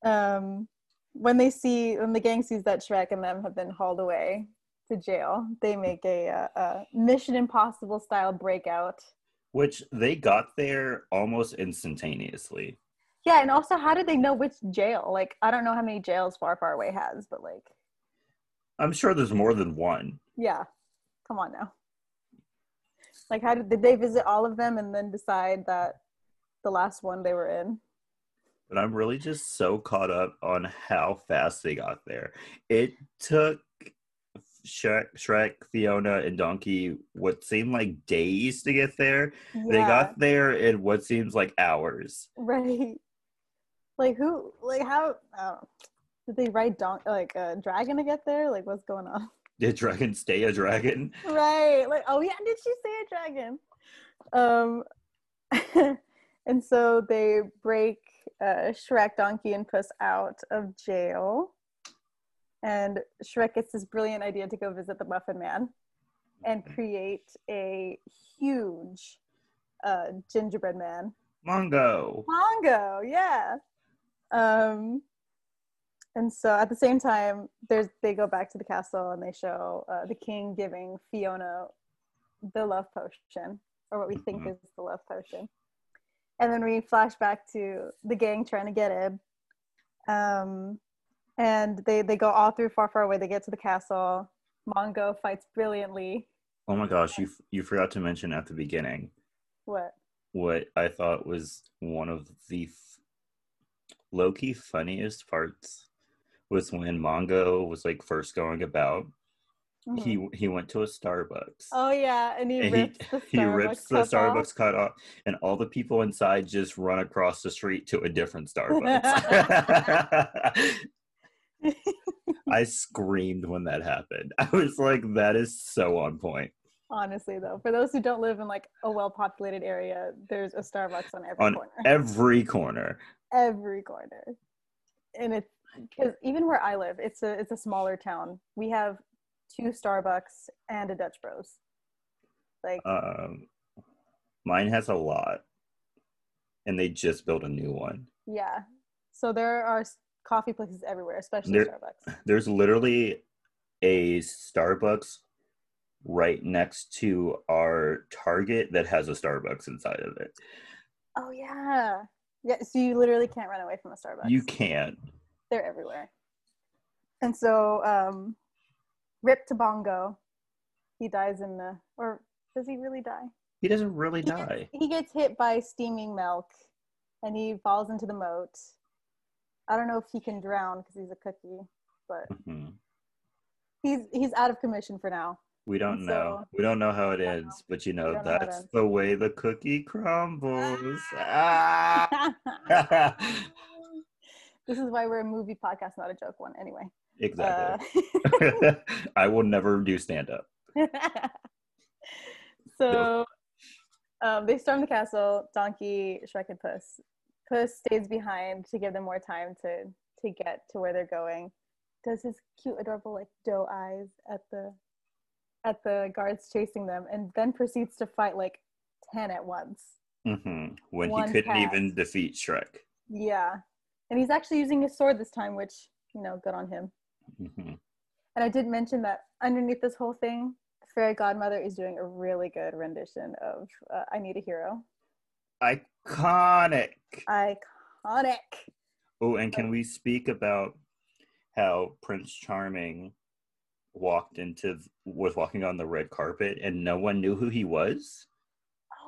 S2: um when they see when the gang sees that shrek and them have been hauled away to jail they make a, uh uh mission impossible style breakout
S1: Which they got there almost instantaneously.
S2: yeah and also how did they know which jail like i don't know how many jails far far away has but like
S1: I'm sure there's more than one.
S2: yeah come on now like how did, did they visit all of them and then decide that the last one they were in
S1: But I'm really just so caught up on how fast they got there. It took Shrek, Shrek, Fiona, and Donkey what seemed like days to get there. They
S2: Yeah, [laughs]
S1: got there in what seems like hours. [laughs]
S2: right. Like who? Like how? Oh, did they ride don like a dragon to get there? Like what's going on?
S1: Did dragon stay a dragon?
S2: Right. Like oh yeah, did she say a dragon? Um, [laughs] and so they break uh, Shrek, Donkey, and Puss out of jail, and Shrek gets this brilliant idea to go visit the Muffin Man and create a huge uh, gingerbread man.
S1: Mongo.
S2: Mongo, yeah. Um, and so at the same time, there's they go back to the castle and they show uh, the king giving Fiona the love potion, or what we think
S1: Mhm.
S2: is the love potion. And then we flash back to the gang trying to get Ib. Um, and they they go all through far far away. They get to the castle. Mongo fights brilliantly.
S1: Oh my gosh, you f- you forgot to mention at the beginning
S2: What?
S1: what I thought was one of the f- low key funniest parts was when Mongo was like first going about.
S2: Mhm.
S1: He he went to a Starbucks.
S2: oh yeah, and he
S1: and he,
S2: rips the Starbucks.
S1: [laughs] he rips the
S2: cup off.
S1: Starbucks cut off, and all the people inside just run across the street to a different
S2: [laughs]
S1: Starbucks. I screamed when that happened. I was like, that is so on point.
S2: Honestly, though, for those who don't live in like a well-populated area, there's a Starbucks on every
S1: On
S2: corner,
S1: Every corner.
S2: every corner, and it's because even where I live, it's a it's a smaller town. We have two Starbucks and a Dutch Bros. Like,
S1: Um, mine has a lot, and they just built a new one.
S2: yeah. So there are s- coffee places everywhere, especially
S1: There-
S2: Starbucks.
S1: There's literally a Starbucks right next to our Target that has a Starbucks inside of it.
S2: Oh yeah, yeah. So you literally can't run away from a Starbucks.
S1: You can't.
S2: they're everywhere. And so, um, Rip to Bongo, he dies in the, or does he really die?
S1: He doesn't
S2: [laughs]
S1: really
S2: He gets-
S1: die.
S2: He gets hit by steaming milk, and he falls into the moat. I don't know if he can drown because he's a cookie, but
S1: Mhm.
S2: he's he's out of commission for now. [laughs]
S1: We don't
S2: And
S1: know.
S2: so-
S1: We don't know how it
S2: don't
S1: ends, but you
S2: We
S1: know
S2: don't know how it
S1: that's
S2: ends.
S1: the way the cookie
S2: [laughs]
S1: crumbles. Ah! [laughs]
S2: this is why we're a movie podcast, not a joke one. Anyway. Uh, [laughs]
S1: exactly. [laughs] I will never do stand up.
S2: [laughs] so um, they storm the castle. Donkey, Shrek, and Puss. Puss stays behind to give them more time to to get to where they're going. Does his cute, adorable, like doe eyes at the at the guards chasing them and then proceeds to fight like 10 at once.
S1: Mm-hmm. When
S2: One
S1: he couldn't
S2: pass.
S1: even defeat Shrek.
S2: Yeah. And he's actually using his sword this time, which, you know, good on him.
S1: hmm
S2: And I did mention that underneath this whole thing, the fairy godmother is doing a really good rendition of uh, I Need a Hero.
S1: Iconic.
S2: Iconic.
S1: Oh, and can we speak about how Prince Charming walked into was walking on the red carpet and no one knew who he was?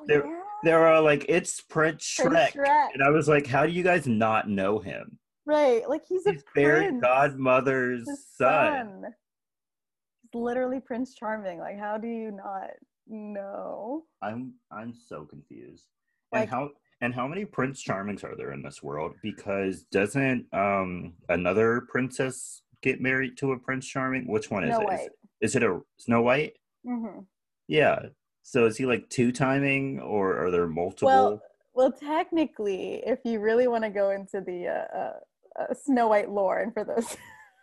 S2: Oh,
S1: There-
S2: yeah.
S1: They were all like, "It's Prince
S2: Prince
S1: Shrek,",
S2: Shrek.
S1: and I was like, "How do you guys not know him?
S2: Right. Like he's,
S1: He's
S2: a
S1: fairy
S2: prince.
S1: godmother's
S2: His
S1: son.
S2: He's literally Prince Charming. Like, how do you not know?
S1: I'm I'm so confused.
S2: Like-
S1: and how and how many Prince Charmings are there in this world? Because doesn't um another princess get married to a Prince Charming? Which one is
S2: No
S1: it? Is-
S2: way.
S1: Is it a Snow White?
S2: hmm
S1: Yeah. So is he like two timing or are there multiple?
S2: Well, well, technically, if you really want to go into the uh, uh, uh, Snow White lore, and for those,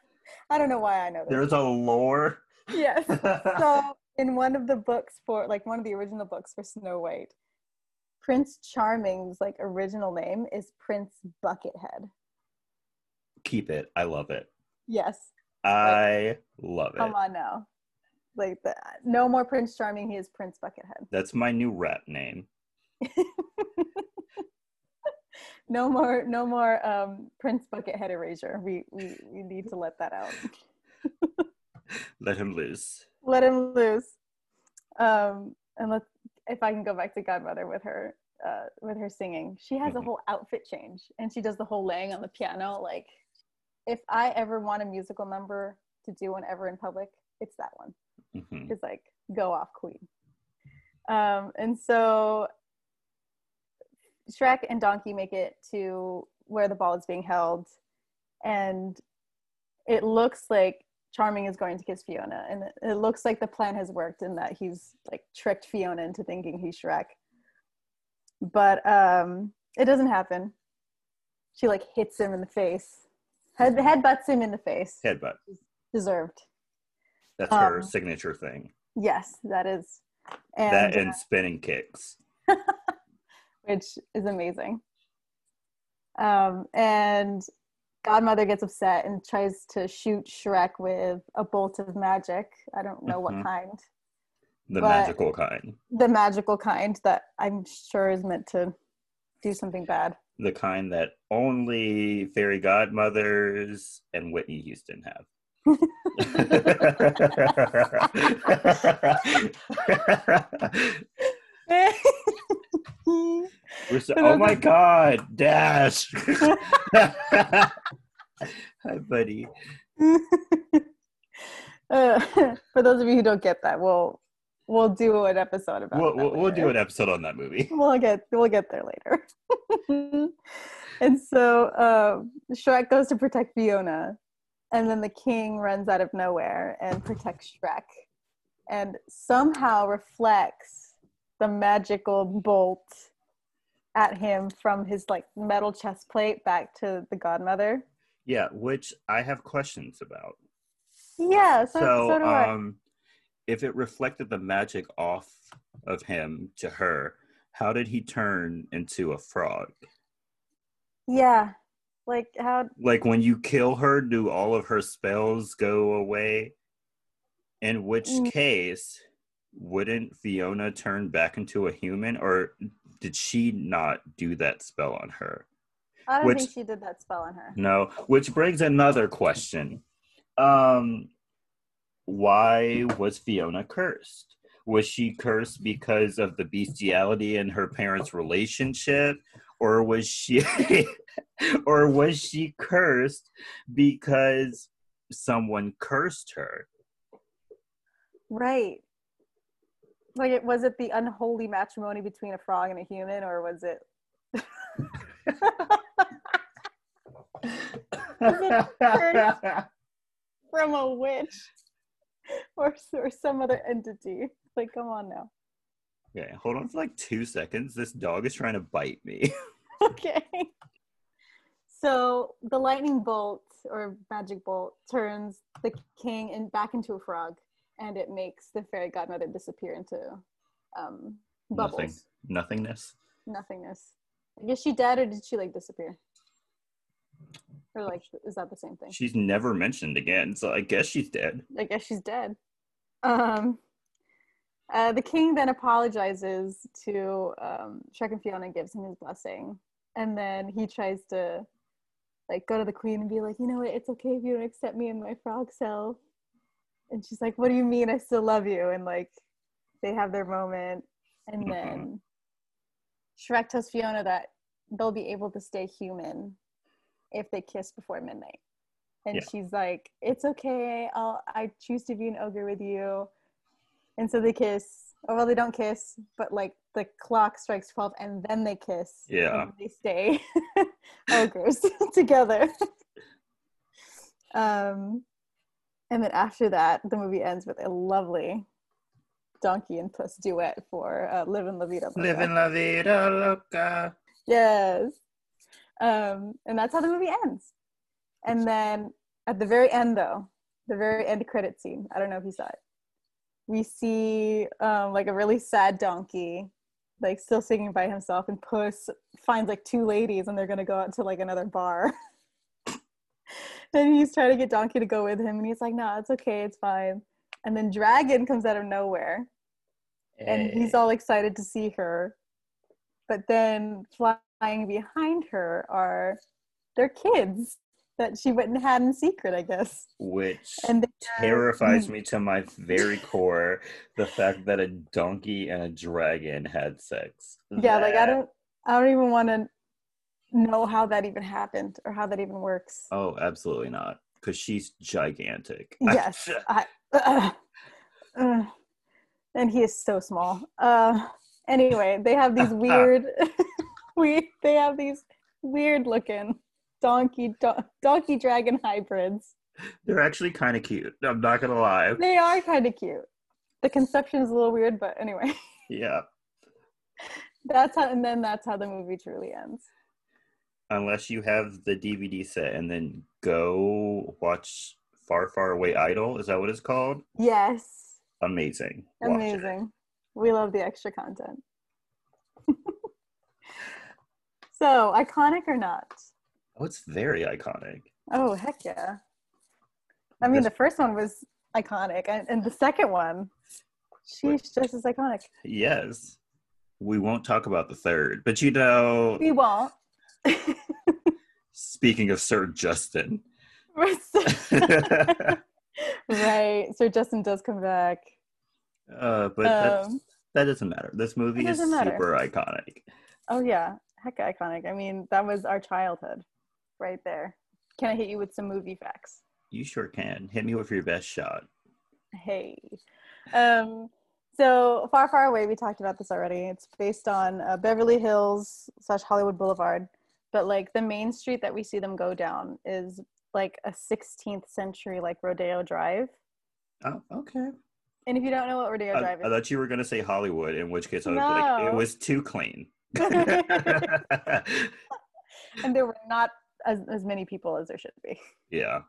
S2: [laughs] I don't know why I know this.
S1: There's a lore.
S2: Yes. so in one of the books for like one of the original books for Snow White, Prince Charming's like original name is Prince Buckethead.
S1: [laughs] Keep it. I love it.
S2: Yes.
S1: I love it.
S2: Come on now. Like the, no more Prince Charming, he is Prince Buckethead.
S1: That's my new rat name.
S2: No more no more um Prince Buckethead erasure. We we, we need to let that out.
S1: Let him loose.
S2: let him loose. Um, and let's, if I can go back to Godmother with her, uh, with her singing, she has a
S1: Mhm.
S2: whole outfit change, and she does the whole laying on the piano. Like, if I ever want a musical number to do one ever in public, it's that one.
S1: Mhm.
S2: It's like, go off, Queen. Um, and so Shrek and Donkey make it to where the ball is being held, and it looks like Charming is going to kiss Fiona, and it- it looks like the plan has worked in that he's like tricked Fiona into thinking he's Shrek. But um, it doesn't happen. She like hits him in the face, head headbutts him in the face.
S1: Headbutt.
S2: Deserved.
S1: That's her
S2: Um,
S1: signature thing.
S2: Yes, that is. And,
S1: that
S2: uh,
S1: and spinning kicks.
S2: which is amazing. Um, and Godmother gets upset and tries to shoot Shrek with a bolt of magic. I don't know what
S1: Mhm.
S2: kind.
S1: The
S2: but-
S1: magical kind.
S2: The magical kind that I'm sure is meant to do
S1: [laughs]
S2: something bad.
S1: The kind that only fairy godmothers and Whitney Houston
S2: [laughs]
S1: have. We're so- oh my god,
S2: [laughs]
S1: Dash! Hi, buddy.
S2: Uh, [laughs] for those of you who don't get that, we'll we'll do an episode about
S1: We'll,
S2: that eh?
S1: we'll, we'll
S2: later.
S1: do an episode on that movie.
S2: we'll get we'll get there later. [laughs] and so uh, Shrek goes to protect Fiona, and then the king runs out of nowhere and protects Shrek, and somehow reflects the magical bolt at him from his like metal chest plate back to the godmother.
S1: Yeah, which I have questions about.
S2: Yeah, so so,
S1: So,
S2: do I.
S1: um, if it reflected the magic off of him to her, how did he turn into a frog?
S2: Yeah, like how?
S1: Like when you kill her, do all of her spells go away? In which
S2: Mm.
S1: case, wouldn't Fiona turn back into a human, or did she not do that spell on her?
S2: I don't
S1: Which-
S2: think she did that spell on her.
S1: No, which brings another question. Um why was Fiona cursed? Was she cursed because of the bestiality in her parents' relationship or was she [laughs] or was she cursed because someone cursed her?
S2: Right. Like, it, was it the unholy matrimony between a frog and a human, or was it? from a witch [laughs] or, or some other entity. Like, come on now. [laughs]
S1: okay, hold on for like 2 seconds. This dog is trying to bite me.
S2: Okay. So the lightning bolt or magic bolt turns the king and back into a frog, and it makes the fairy godmother disappear into um, bubbles.
S1: Nothing. Nothingness.
S2: Nothingness. Like, is she dead or did she like disappear? Or like, is that the same thing?
S1: She's never mentioned again, so I guess she's dead.
S2: I guess she's dead. Um, uh, the king then apologizes to um, Shrek and Fiona, gives him his blessing, and then he tries to like go to the queen and be like, you know what, it's okay if you don't accept me in my frog self. And she's like, what do you mean? I still love you. And like, they have their moment, and then [clears throat] Shrek tells Fiona that they'll be able to stay human if they kiss before midnight. And
S1: Yeah.
S2: she's like, "It's okay. I'll I choose to be an ogre with you." And so they kiss. Or well, they don't kiss, but like the clock strikes twelve, and then they kiss.
S1: Yeah.
S2: and they stay [laughs] ogres [laughs] together. um, and then after that, the movie ends with a lovely donkey and puss duet for uh, "Live and La Vida Loca.
S1: Living la vida loca.
S2: Yes. Um, and that's how the movie ends. And then at the very end, though, the very end credit scene, I don't know if you saw it, we see um, like a really sad donkey, like still singing by himself, and Puss finds like two ladies and they're going to go out to like another bar. [laughs] and he's trying to get Donkey to go with him, and he's like, no, it's okay, it's fine. And then Dragon comes out of nowhere and
S1: Eh,
S2: he's all excited to see her. But then flying behind her are their kids that she went and had in secret, I guess.
S1: Which
S2: And Hmm. they
S1: terrifies me to my very core the fact that a donkey and a dragon had sex.
S2: yeah, like
S1: That-
S2: I don't, I don't even want to know how that even happened or how that even works.
S1: Oh, absolutely not. Because she's gigantic. [laughs]
S2: Yes, I, uh, and he is so small. Uh, anyway, they
S1: [laughs]
S2: have these weird, [laughs] we they have these weird looking donkey don- donkey dragon hybrids.
S1: They're actually kind of cute. I'm not going to lie.
S2: They are kind of cute. The conception is a little weird, but anyway, [laughs]
S1: Yeah.
S2: that's how and then that's how the movie truly ends.
S1: Unless you have the DVD set and then go watch Far, Far Away Idol. Is that what it's called?
S2: Yes,
S1: Amazing. Watch it.
S2: amazing. We love the extra content. [laughs] so iconic or not?
S1: Oh, it's very iconic.
S2: Oh heck yeah! I mean, the first one was iconic, and, and the second one, she's just as iconic.
S1: Yes. We won't talk about the third, but you know,
S2: We won't. [laughs]
S1: speaking of Sir Justin, [laughs] uh,
S2: right. So Justin does come back.
S1: but that,
S2: Um,
S1: that doesn't matter. This movie
S2: That
S1: is
S2: doesn't matter.
S1: super iconic.
S2: oh yeah, heck iconic. I mean, that was our childhood, right there. Can I hit you with some movie facts?
S1: You sure can. Hit me with your best shot.
S2: Hey. Um, so far, far away. We talked about this already. It's based on uh, Beverly Hills slash Hollywood Boulevard, but like the main street that we see them go down is like a 16th century like Rodeo Drive.
S1: Oh, okay.
S2: And if you don't know what Rodeo
S1: I,
S2: Drive
S1: I thought you were going to say Hollywood, in which case I would be like, it
S2: No.
S1: was too
S2: [laughs]
S1: clean. [laughs]
S2: is, and there were not as, as many people as there should be. [laughs]
S1: yeah.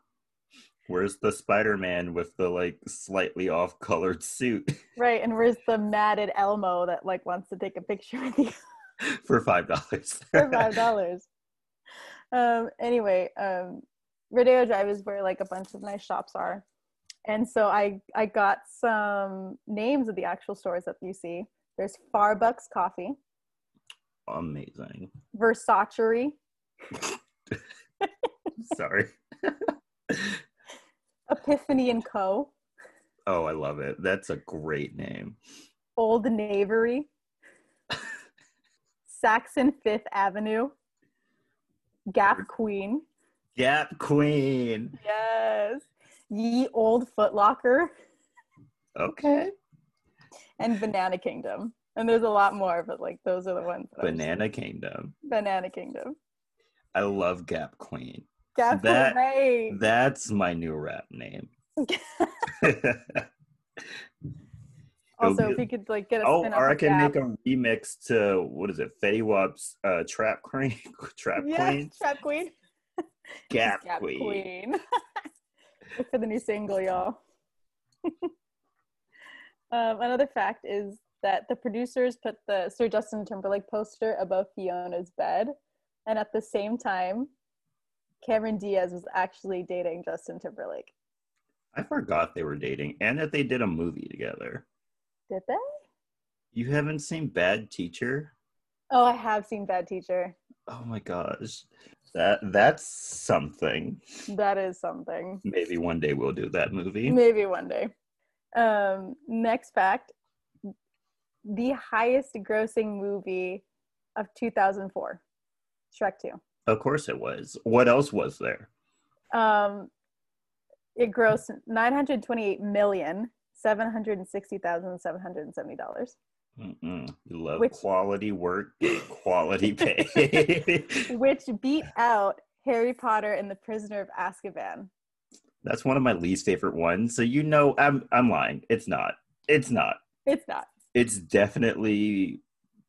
S1: Where's the Spider Man with the like slightly off colored suit [laughs]
S2: Right, and where's the matted Elmo that like wants to take a picture with you?
S1: for $5?
S2: for five dollars. Um, anyway, um, Rodeo Drive is where like a bunch of nice shops are, and so I I got some names of the actual stores that you see. There's Farbucks Coffee,
S1: [laughs] Amazing.
S2: Versacery,
S1: Sorry.
S2: Epiphany and Co,
S1: Oh, I love it. That's a great name.
S2: Old Knavery, Saxon Fifth Avenue, Gap Queen,
S1: Gap Queen.
S2: yes, Ye Old Footlocker.
S1: Okay.
S2: and Banana Kingdom. And there's a lot more, but like those are the ones. that I was-
S1: Banana Kingdom.
S2: Banana Kingdom.
S1: I love Gap Queen.
S2: Gap
S1: That-
S2: Hooray!
S1: That's my new rap name. [laughs]
S2: Also, if
S1: be-
S2: we could like get a
S1: oh,
S2: spin
S1: or I can make a remix to what is it? Fetty Wap's uh, Trap Queen, [laughs] Trap
S2: yeah,
S1: Queen,
S2: Trap Queen.
S1: Gap,
S2: Gap [laughs]
S1: Queen.
S2: Queen. Look for the new single, y'all. [laughs] Um, another fact is that the producers put the Sir Justin Timberlake poster above Fiona's bed, and at the same time, Cameron Diaz was actually dating Justin Timberlake.
S1: I forgot they were dating and that they did a movie together.
S2: Did they?
S1: You haven't seen Bad Teacher?
S2: Oh, I have seen Bad Teacher.
S1: Oh my gosh. That that's something.
S2: That is something.
S1: Maybe one day we'll do that movie.
S2: Maybe one day. Um, next fact the highest grossing movie of 2004 Shrek 2.
S1: Of course it was. What else was there?
S2: Um, it grossed 928 million. Seven hundred and sixty thousand seven hundred and seventy dollars,
S1: Mm-mm. You love
S2: Which-
S1: quality work,
S2: [laughs]
S1: quality pay. [laughs]
S2: which beat out Harry Potter and the Prisoner of Azkaban.
S1: That's one of my least favorite ones. So you know I'm I'm lying. It's not. It's not.
S2: It's not.
S1: It's definitely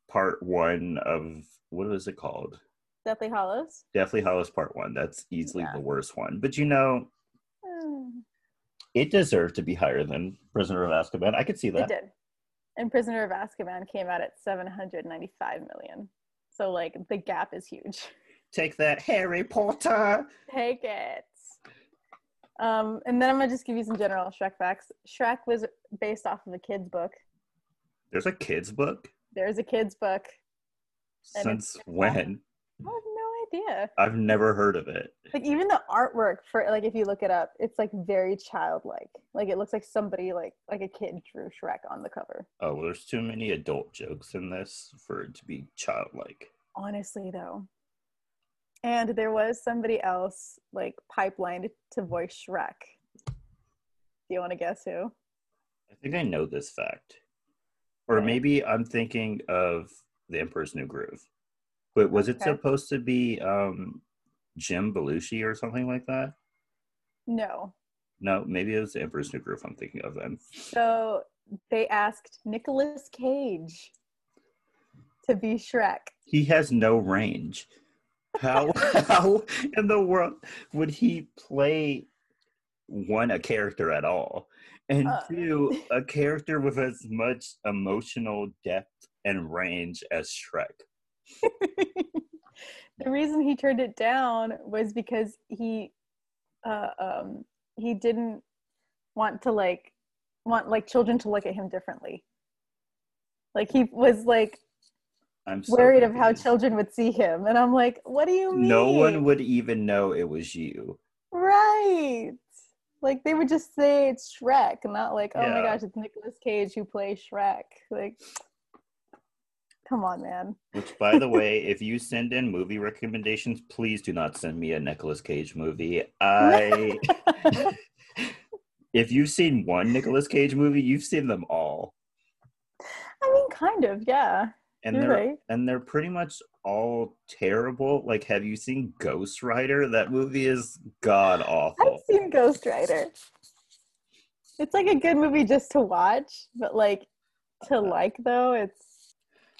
S1: part one of what is it called?
S2: Deathly Hollows.
S1: Deathly Hollows Part One. That's easily
S2: Yeah.
S1: the worst one. But you know,
S2: Mm,
S1: it deserved to be higher than Prisoner of Azkaban. I could see
S2: It
S1: that.
S2: did. And Prisoner of Azkaban came out at 795 million. So like the gap is huge. [laughs]
S1: Take that, Harry Potter.
S2: Take it. Um, and then I'm gonna just give you some general Shrek facts. Shrek was based off of a kid's book.
S1: There's a kids book.
S2: There's a kid's book. And it's-
S1: Since when?
S2: I have no idea.
S1: I've never heard of it.
S2: Like even the artwork for like if you look it up, it's like very childlike. Like it looks like somebody like like a kid drew Shrek on the cover.
S1: Oh, well, there's too many adult jokes in this for it to be childlike.
S2: honestly though and there was somebody else like pipelined to voice shrek do you want to guess who
S1: I think I know this fact. Or
S2: Okay.
S1: maybe I'm thinking of The Emperor's New Groove. But was it
S2: Okay.
S1: supposed to be um, Jim Belushi or something like that?
S2: no
S1: No, maybe it was The Emperor's New Groove I'm thinking of then.
S2: so they asked nicolas cage to be shrek [laughs]
S1: He has no range. How, how in the world would he play one, a character at all, and
S2: Uh.
S1: two, a character with as much emotional depth and range as Shrek?
S2: the reason he turned it down was because he uh, um, he didn't want to like want like children to look at him differently like he was like
S1: I'm so
S2: worried of how
S1: confused.
S2: children would see him and i'm like what do you mean
S1: No one would even know it was you.
S2: right like they would just say it's shrek not like oh my
S1: Yeah.
S2: gosh it's Nicolas cage who plays shrek like come on man
S1: Which, by the way, if you send in movie recommendations, please do not send me a Nicolas Cage movie.
S2: [laughs]
S1: I, if you've seen one Nicolas Cage movie, you've seen them all,
S2: i mean kind of yeah
S1: and
S2: You're
S1: they're
S2: right.
S1: and they're pretty much all terrible. Like, have you seen Ghost Rider? That movie is god
S2: I've
S1: awful.
S2: seen Ghost Rider. It's like a good movie just to watch, but like to like though, it's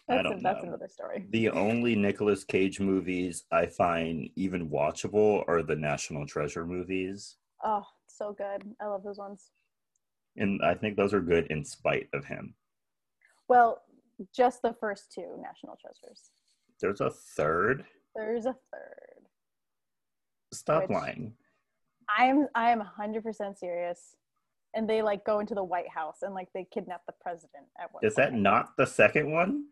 S1: Uh, I
S2: that's,
S1: don't
S2: that's
S1: know.
S2: another story.
S1: The only Nicolas Cage movies I find even watchable are the National Treasure movies.
S2: Oh, so good. I love those ones.
S1: and I think those are good in spite of him.
S2: Well, just the first two National Treasures.
S1: There's a third.
S2: There's a third.
S1: Stop
S2: Which-
S1: lying.
S2: I'm I am 100% serious. And they like go into the White House and like they kidnap the president at one
S1: Is that
S2: point.
S1: not the second one?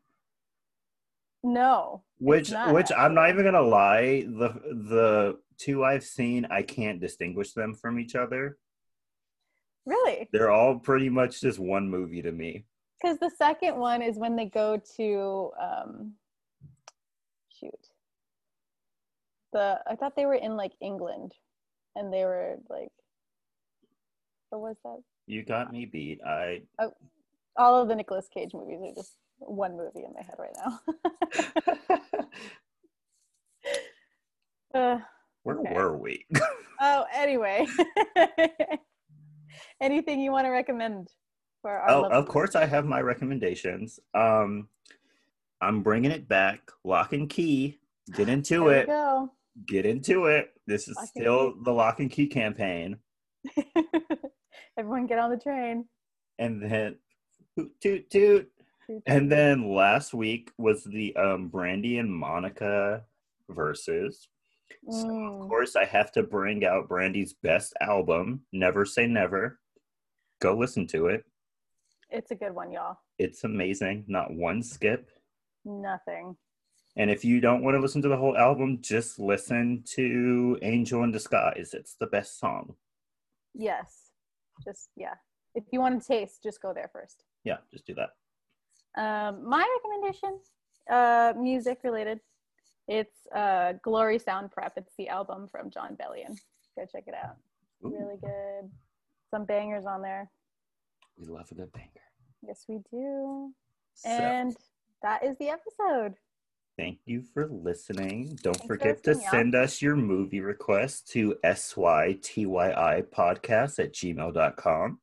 S2: No.
S1: Which
S2: not,
S1: which I'm not even gonna lie. The the two I've seen, I can't distinguish them from each other.
S2: Really?
S1: They're all pretty much just one movie to me.
S2: Because the second one is when they go to um, shoot. The I thought they were in like England, and they were like, what was that?
S1: You got me beat. I
S2: [laughs] All of the Nicolas Cage movies are just one movie in my head right now. [laughs] uh,
S1: where
S2: Okay.
S1: were we?
S2: oh, anyway, [laughs] anything you want to recommend for our?
S1: Oh,
S2: lovely
S1: of course I have my recommendations. Um, I'm bringing it back. Lock and key. Get into
S2: There we
S1: it.
S2: go.
S1: get into it. This is
S2: Lock and
S1: still the lock and key campaign.
S2: [laughs] Everyone, get on the train.
S1: And then Hoot, toot toot.
S2: Toot,
S1: And then last week was the um, Brandy and Monica versus. So of
S2: Mm.
S1: course, I have to bring out Brandy's best album, Never Say Never. Go listen to it.
S2: It's a good one, y'all.
S1: It's amazing. Not one skip.
S2: Nothing.
S1: And if you don't want to listen to the whole album, just listen to Angel in Disguise. It's the best song.
S2: Yes. Just yeah. If you want to taste, just go there first.
S1: Yeah, just do that.
S2: Um, my recommendation, uh, music related. It's uh, Glory Sound Prep. It's the album from John Bellion. Go check it out.
S1: Ooh,
S2: Really good. Some bangers on there.
S1: We love a good banger.
S2: Yes, we do.
S1: So,
S2: And that is the episode.
S1: thank you for listening. Don't
S2: for
S1: forget to
S2: listening, y'all.
S1: send us your movie requests to sytyi podcast at gmail.com.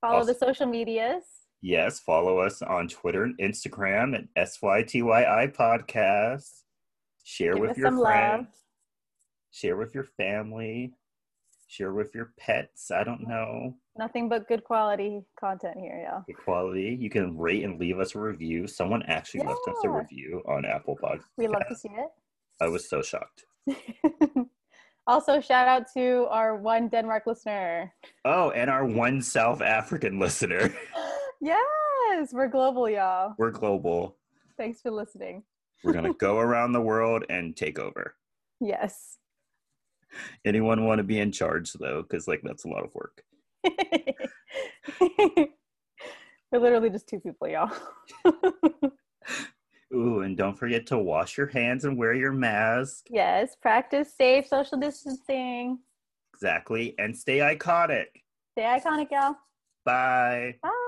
S2: Follow
S1: Awesome.
S2: the social medias.
S1: Yes, follow us on Twitter and Instagram at SYTYI Podcast. Share
S2: Give
S1: with
S2: us
S1: your
S2: some
S1: friends.
S2: love.
S1: Share with your family. Share with your pets. I don't know.
S2: Nothing but good quality content here, y'all.
S1: The quality. You can rate and leave us a review. Someone actually left us a
S2: Yeah.
S1: review on Apple Podcast.
S2: We love to see it.
S1: I was so shocked.
S2: [laughs] also, shout out to our one Denmark listener.
S1: [gasps] Oh, and our one South African [laughs] listener.
S2: Yes, we're global, y'all.
S1: We're global.
S2: Thanks for listening.
S1: We're going to go around the world and take over.
S2: Yes. [laughs]
S1: Anyone want to be in charge though? Because, like, that's a lot of work.
S2: we're literally just two people, y'all.
S1: Ooh, and don't forget to wash your hands and wear your mask.
S2: yes, practice safe social distancing.
S1: Exactly. And stay iconic.
S2: Stay iconic, y'all.
S1: Bye.
S2: Bye.